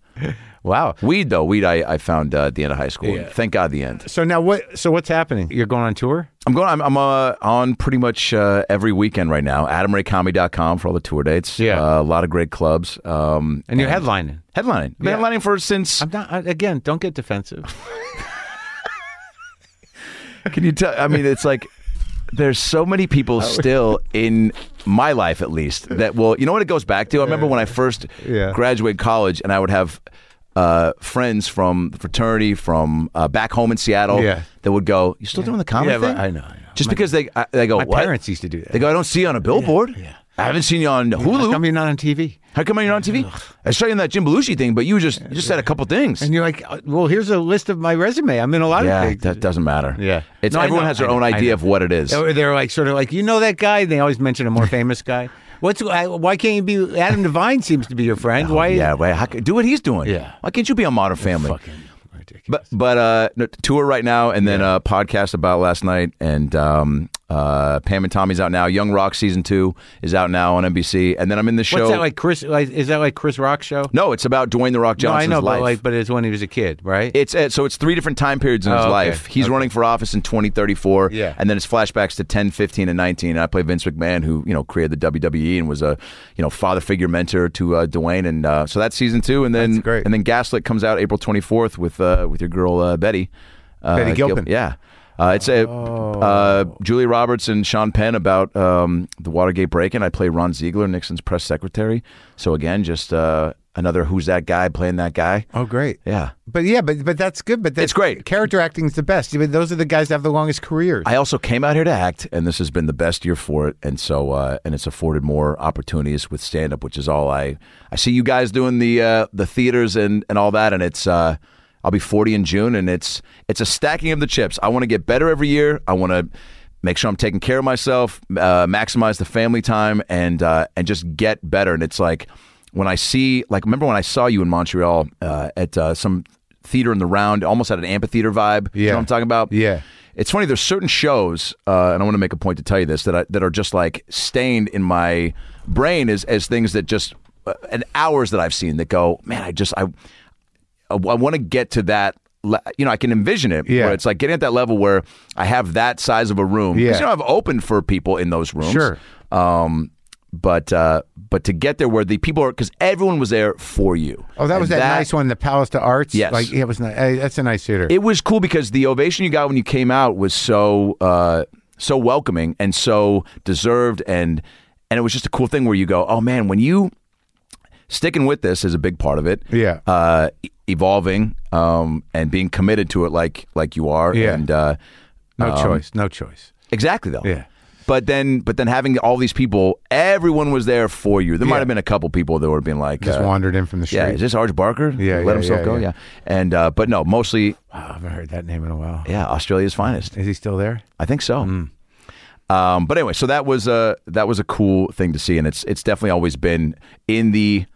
Wow.
weed though. Weed I, I found uh, at the end of high school.
Yeah.
Thank God the end.
So now what? So what's happening? You're going on tour?
I'm going. I'm, I'm uh, on pretty much uh, every weekend right now. AdamRayComedy.com for all the tour dates.
Yeah.
uh, a lot of great clubs. Um,
And you're headlining.
headlining. I've been
Yeah.
headlining for since.
I'm not. I- Again, don't get defensive.
Can you tell? I mean, it's like there's so many people still in my life, at least, that will. You know what it goes back to? I remember when I first
Yeah.
graduated college, and I would have uh, friends from the fraternity, from uh, back home in Seattle,
Yeah.
that would go, "You still doing the comedy
Yeah, but
thing?"
I know, I know.
Just because they, I, they go,
My
"What?"
parents used to do that.
They go, "I don't see you on a billboard. I haven't seen you on Hulu."
How come you're not on TV?
How come you're not on TV? I saw you in that Jim Belushi thing, but you just you just had a couple things.
And you're like, uh, well, here's a list of my resume. I'm in a lot of
yeah,
things.
that doesn't matter.
Yeah.
it's
No, I
everyone
know,
has their
I know,
own
I
idea
know. Oh,
of what it is.
Or they're like, sort of like, you know that guy? They always mention a more famous guy. What's I, why can't you be Adam Devine? Seems to be your friend. Why?
Oh, yeah, right. How, c- do what he's doing.
Yeah.
why can't you be on Modern Family?
Fucking ridiculous.
But but uh, no, tour right now, and then a podcast about last night, and um, uh, Pam and Tommy's out now. Young Rock season two is out now on NBC, and then I'm in the show.
What's that like, Chris? Like, is that like Chris Rock show?
No, it's about Dwayne the Rock
no, I
Johnson's
know,
life.
but like, but it's when he was a kid, right?
It's uh, so it's three different time periods in his
Oh, okay.
life. He's running for office in 2034,
Yeah.
and then it's flashbacks to 10, 15, and 19. And I play Vince McMahon, who you know created the WWE and was a you know father figure mentor to uh, Dwayne. And uh, so that's season two, and then
That's great.
and then Gaslit comes out April 24th with uh, with your girl uh, Betty uh,
Betty
Gil-
Gilpin. Oh.
yeah. Uh, it's a uh, Julie Roberts and Sean Penn about um, the Watergate break-in. I play Ron Ziegler, Nixon's press secretary. So again, just uh, another who's that guy playing that guy.
oh, great.
Yeah.
But yeah, but but that's good. But that's,
It's great.
Character acting's the best. I mean, those are the guys that have the longest careers.
I also came out here to act, and this has been the best year for it. And so, uh, and it's afforded more opportunities with stand up, which is all I. I see you guys doing the uh, the theaters and and all that, and it's. Uh, I'll be 40 in June, and it's it's a stacking of the chips. I want to get better every year. I want to make sure I'm taking care of myself, uh, maximize the family time, and uh, and just get better. And it's like when I see, like, remember when I saw you in Montreal uh, at uh, some theater in the round, almost had an amphitheater vibe. you know
Yeah.
what I'm talking about.
Yeah.
It's funny. There's certain shows, uh, and I want to make a point to tell you this that I, that are just like stained in my brain as as things that just uh, and hours that I've seen that go, man. I just I I, want to get to that. le- You know, I can envision it.
Yeah.
Where it's like getting at that level where I have that size of a room. 'Cause,
Yeah.
You know, I've opened for people in those rooms.
Sure.
Um, but uh, but to get there where the people are because everyone was there for you.
oh, that
And
was that, nice one, the Palace to Arts.
Yes.
like yeah, it was. Nice. that's a nice theater.
it was cool because the ovation you got when you came out was so uh, so welcoming and so deserved and and it was just a cool thing where you go, oh man, when you sticking with this is a big part of it.
Yeah.
uh, e- evolving um, and being committed to it like like you are.
Yeah.
and uh,
no choice. No choice.
exactly though.
Yeah.
But then, but then having all these people, everyone was there for you. There might
Yeah.
have been a couple people that were being like,
Just
uh,
wandered in from the street.
"Yeah, is this Arch Barker?
Yeah,
let
yeah,
himself
yeah,
go. Yeah.
yeah.
and uh, but no, mostly,
Wow, I haven't heard that name in a while.
yeah, Australia's finest.
Is he still there?
I think so.
Hmm.
Um, but anyway, so that was a that was a cool thing to see, and it's it's definitely always been in the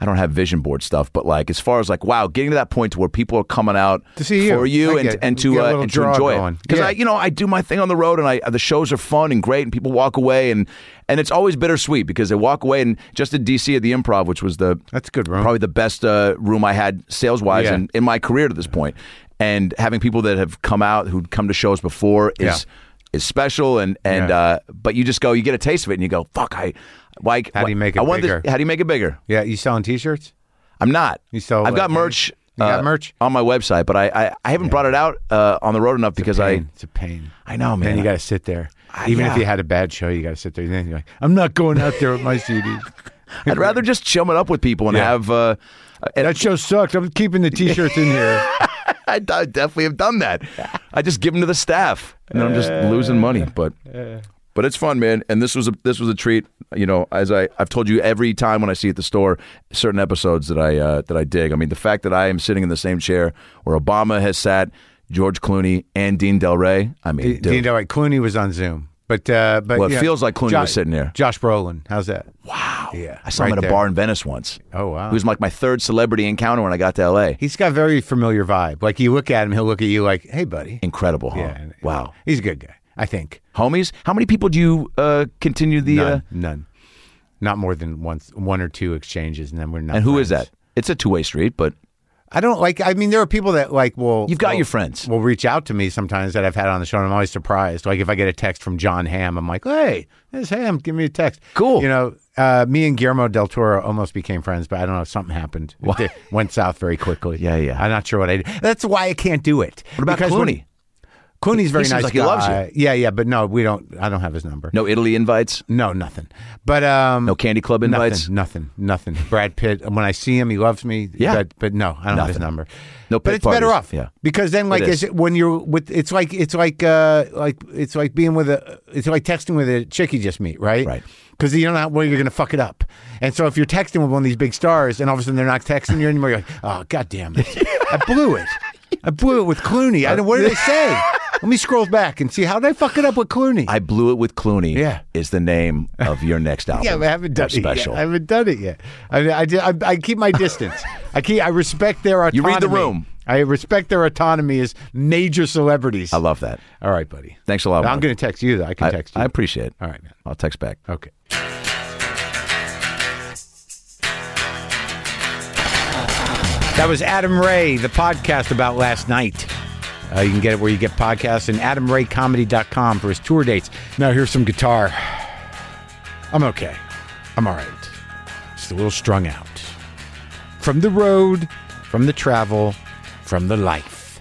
I don't have vision board stuff, but like as far as like wow, getting to that point to where people are coming out
To see you.
for you
I
and
get it.
and
Get
to
a
uh,
little
and to
draw
enjoy
going.
it because
Yeah.
I you know I do my thing on the road and I the shows are fun and great and people walk away and and it's always bittersweet because they walk away and just in DC at the Improv, which was the
That's a good room.
probably the best uh, room I had sales wise
Yeah.
in, in my career to this point. And having people that have come out who'd come to shows before is
Yeah.
is special. And and
Yeah.
uh, but you just go, you get a taste of it, and you go, fuck, I like.
How do you make it
I want
bigger?
This, how do you make it bigger?
Yeah, you selling T-shirts?
I'm not.
You sell,
I've got
uh,
merch.
You got merch?
on my website, but I I, I haven't brought it out uh, on the road enough because I
Pain. it's a pain.
I know, man.
Then you got to sit there. Even if
yeah.
you had a bad show, you got to sit there. Then you're like, I'm not going out there with my CD.
I'd rather just chum it up with people and
Yeah.
have. Uh, and
That show sucked. I'm keeping the T-shirts in here.
I d- I definitely have done that. I just give them to the staff, and then I'm just losing money. But but it's fun, man. And this was a this was a treat. You know, as I I've told you every time when I see you at the store, certain episodes that I uh, that I dig. I mean, the fact that I am sitting in the same chair where Obama has sat, George Clooney, and Dean Del Rey. I mean, dude,
You know, like Clooney was on Zoom, but uh, but
Well, it
you know,
feels like Clooney
Jo-
was sitting there.
Josh Brolin, how's that?
wow.
Yeah,
I saw him at
right
a
there.
bar in Venice once.
Oh, wow.
It was like my third celebrity encounter when I got to L.A.
He's got a very familiar vibe. Like you look at him, he'll look at you like, "Hey, buddy."
Incredible, huh?
Yeah, and-
Wow.
He's a good guy, I think.
Homies, how many people do you uh, continue the?
None,
Uh,
none, not more than once, one or two exchanges, and then we're not.
and who is
friends.
that? It's a two-way street, but
I don't like. I mean, there are people that like will.
You've got
will-
your friends.
Will reach out to me sometimes that I've had on the show, and I'm always surprised. Like if I get a text from John Hamm, I'm like, "Hey, this Ham, give me a text."
Cool.
You know, uh, me and Guillermo del Toro almost became friends, but I don't know. Something happened. It went south very quickly.
Yeah, yeah.
I'm not sure what I did. That's why I can't do it.
What about
Because
Clooney?
when- Clooney's very
seems
nice.
like he loves you.
guy. Yeah, yeah, but no, we don't. I don't have his number.
no Italy invites,
No, nothing. But um,
no candy club invites,
nothing, nothing, nothing. Brad Pitt. When I see him, he loves me.
Yeah.
but, but no, I don't have his number.
No
but
pit
it's better
parties.
off.
Yeah.
because then like
It is.
is it- when you're with, it's like it's like uh like it's like being with a it's like texting with a chick you just meet, right?
Right.
Because you don't know where you're gonna fuck it up. And so if you're texting with one of these big stars, and all of a sudden they're not texting you anymore, you're like, oh god damn it, I blew it, I blew it with Clooney. I don't. What did I say? Let me scroll back and see how did I fuck it up with Clooney.
I blew it with Clooney.
Yeah.
is the name of your next album.
Yeah, but I haven't done
They're special.
it. Yet. I haven't done it yet. I, mean, I, di- I, I keep my distance. I keep. I respect their autonomy.
You read the room.
I respect their autonomy as major celebrities.
I love that.
All right, buddy.
Thanks a lot.
I'm
man.
going to text you. Though. I can
I,
text you.
I appreciate it.
All right, man.
I'll text back.
Okay. That was Adam Ray, the podcast about last night. Uh, you can get it where you get podcasts and adamraycomedy.com for his tour dates. Now, here's some guitar. I'm okay. I'm all right. Just a little strung out. From the road, from the travel, from the life.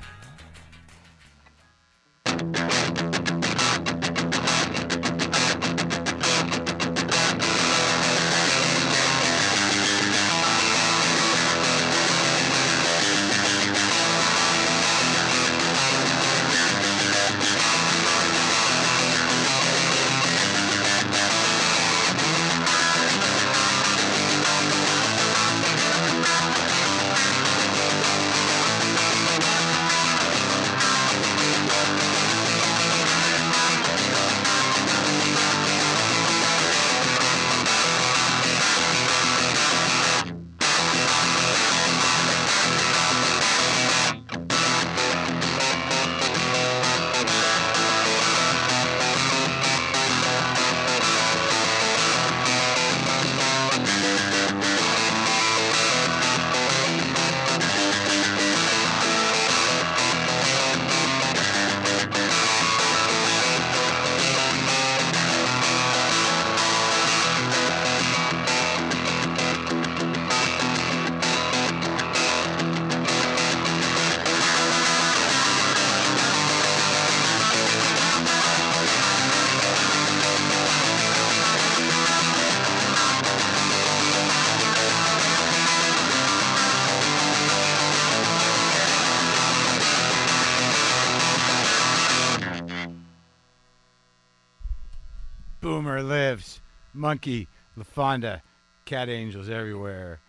Boomer lives. Monkey, LaFonda, cat angels everywhere.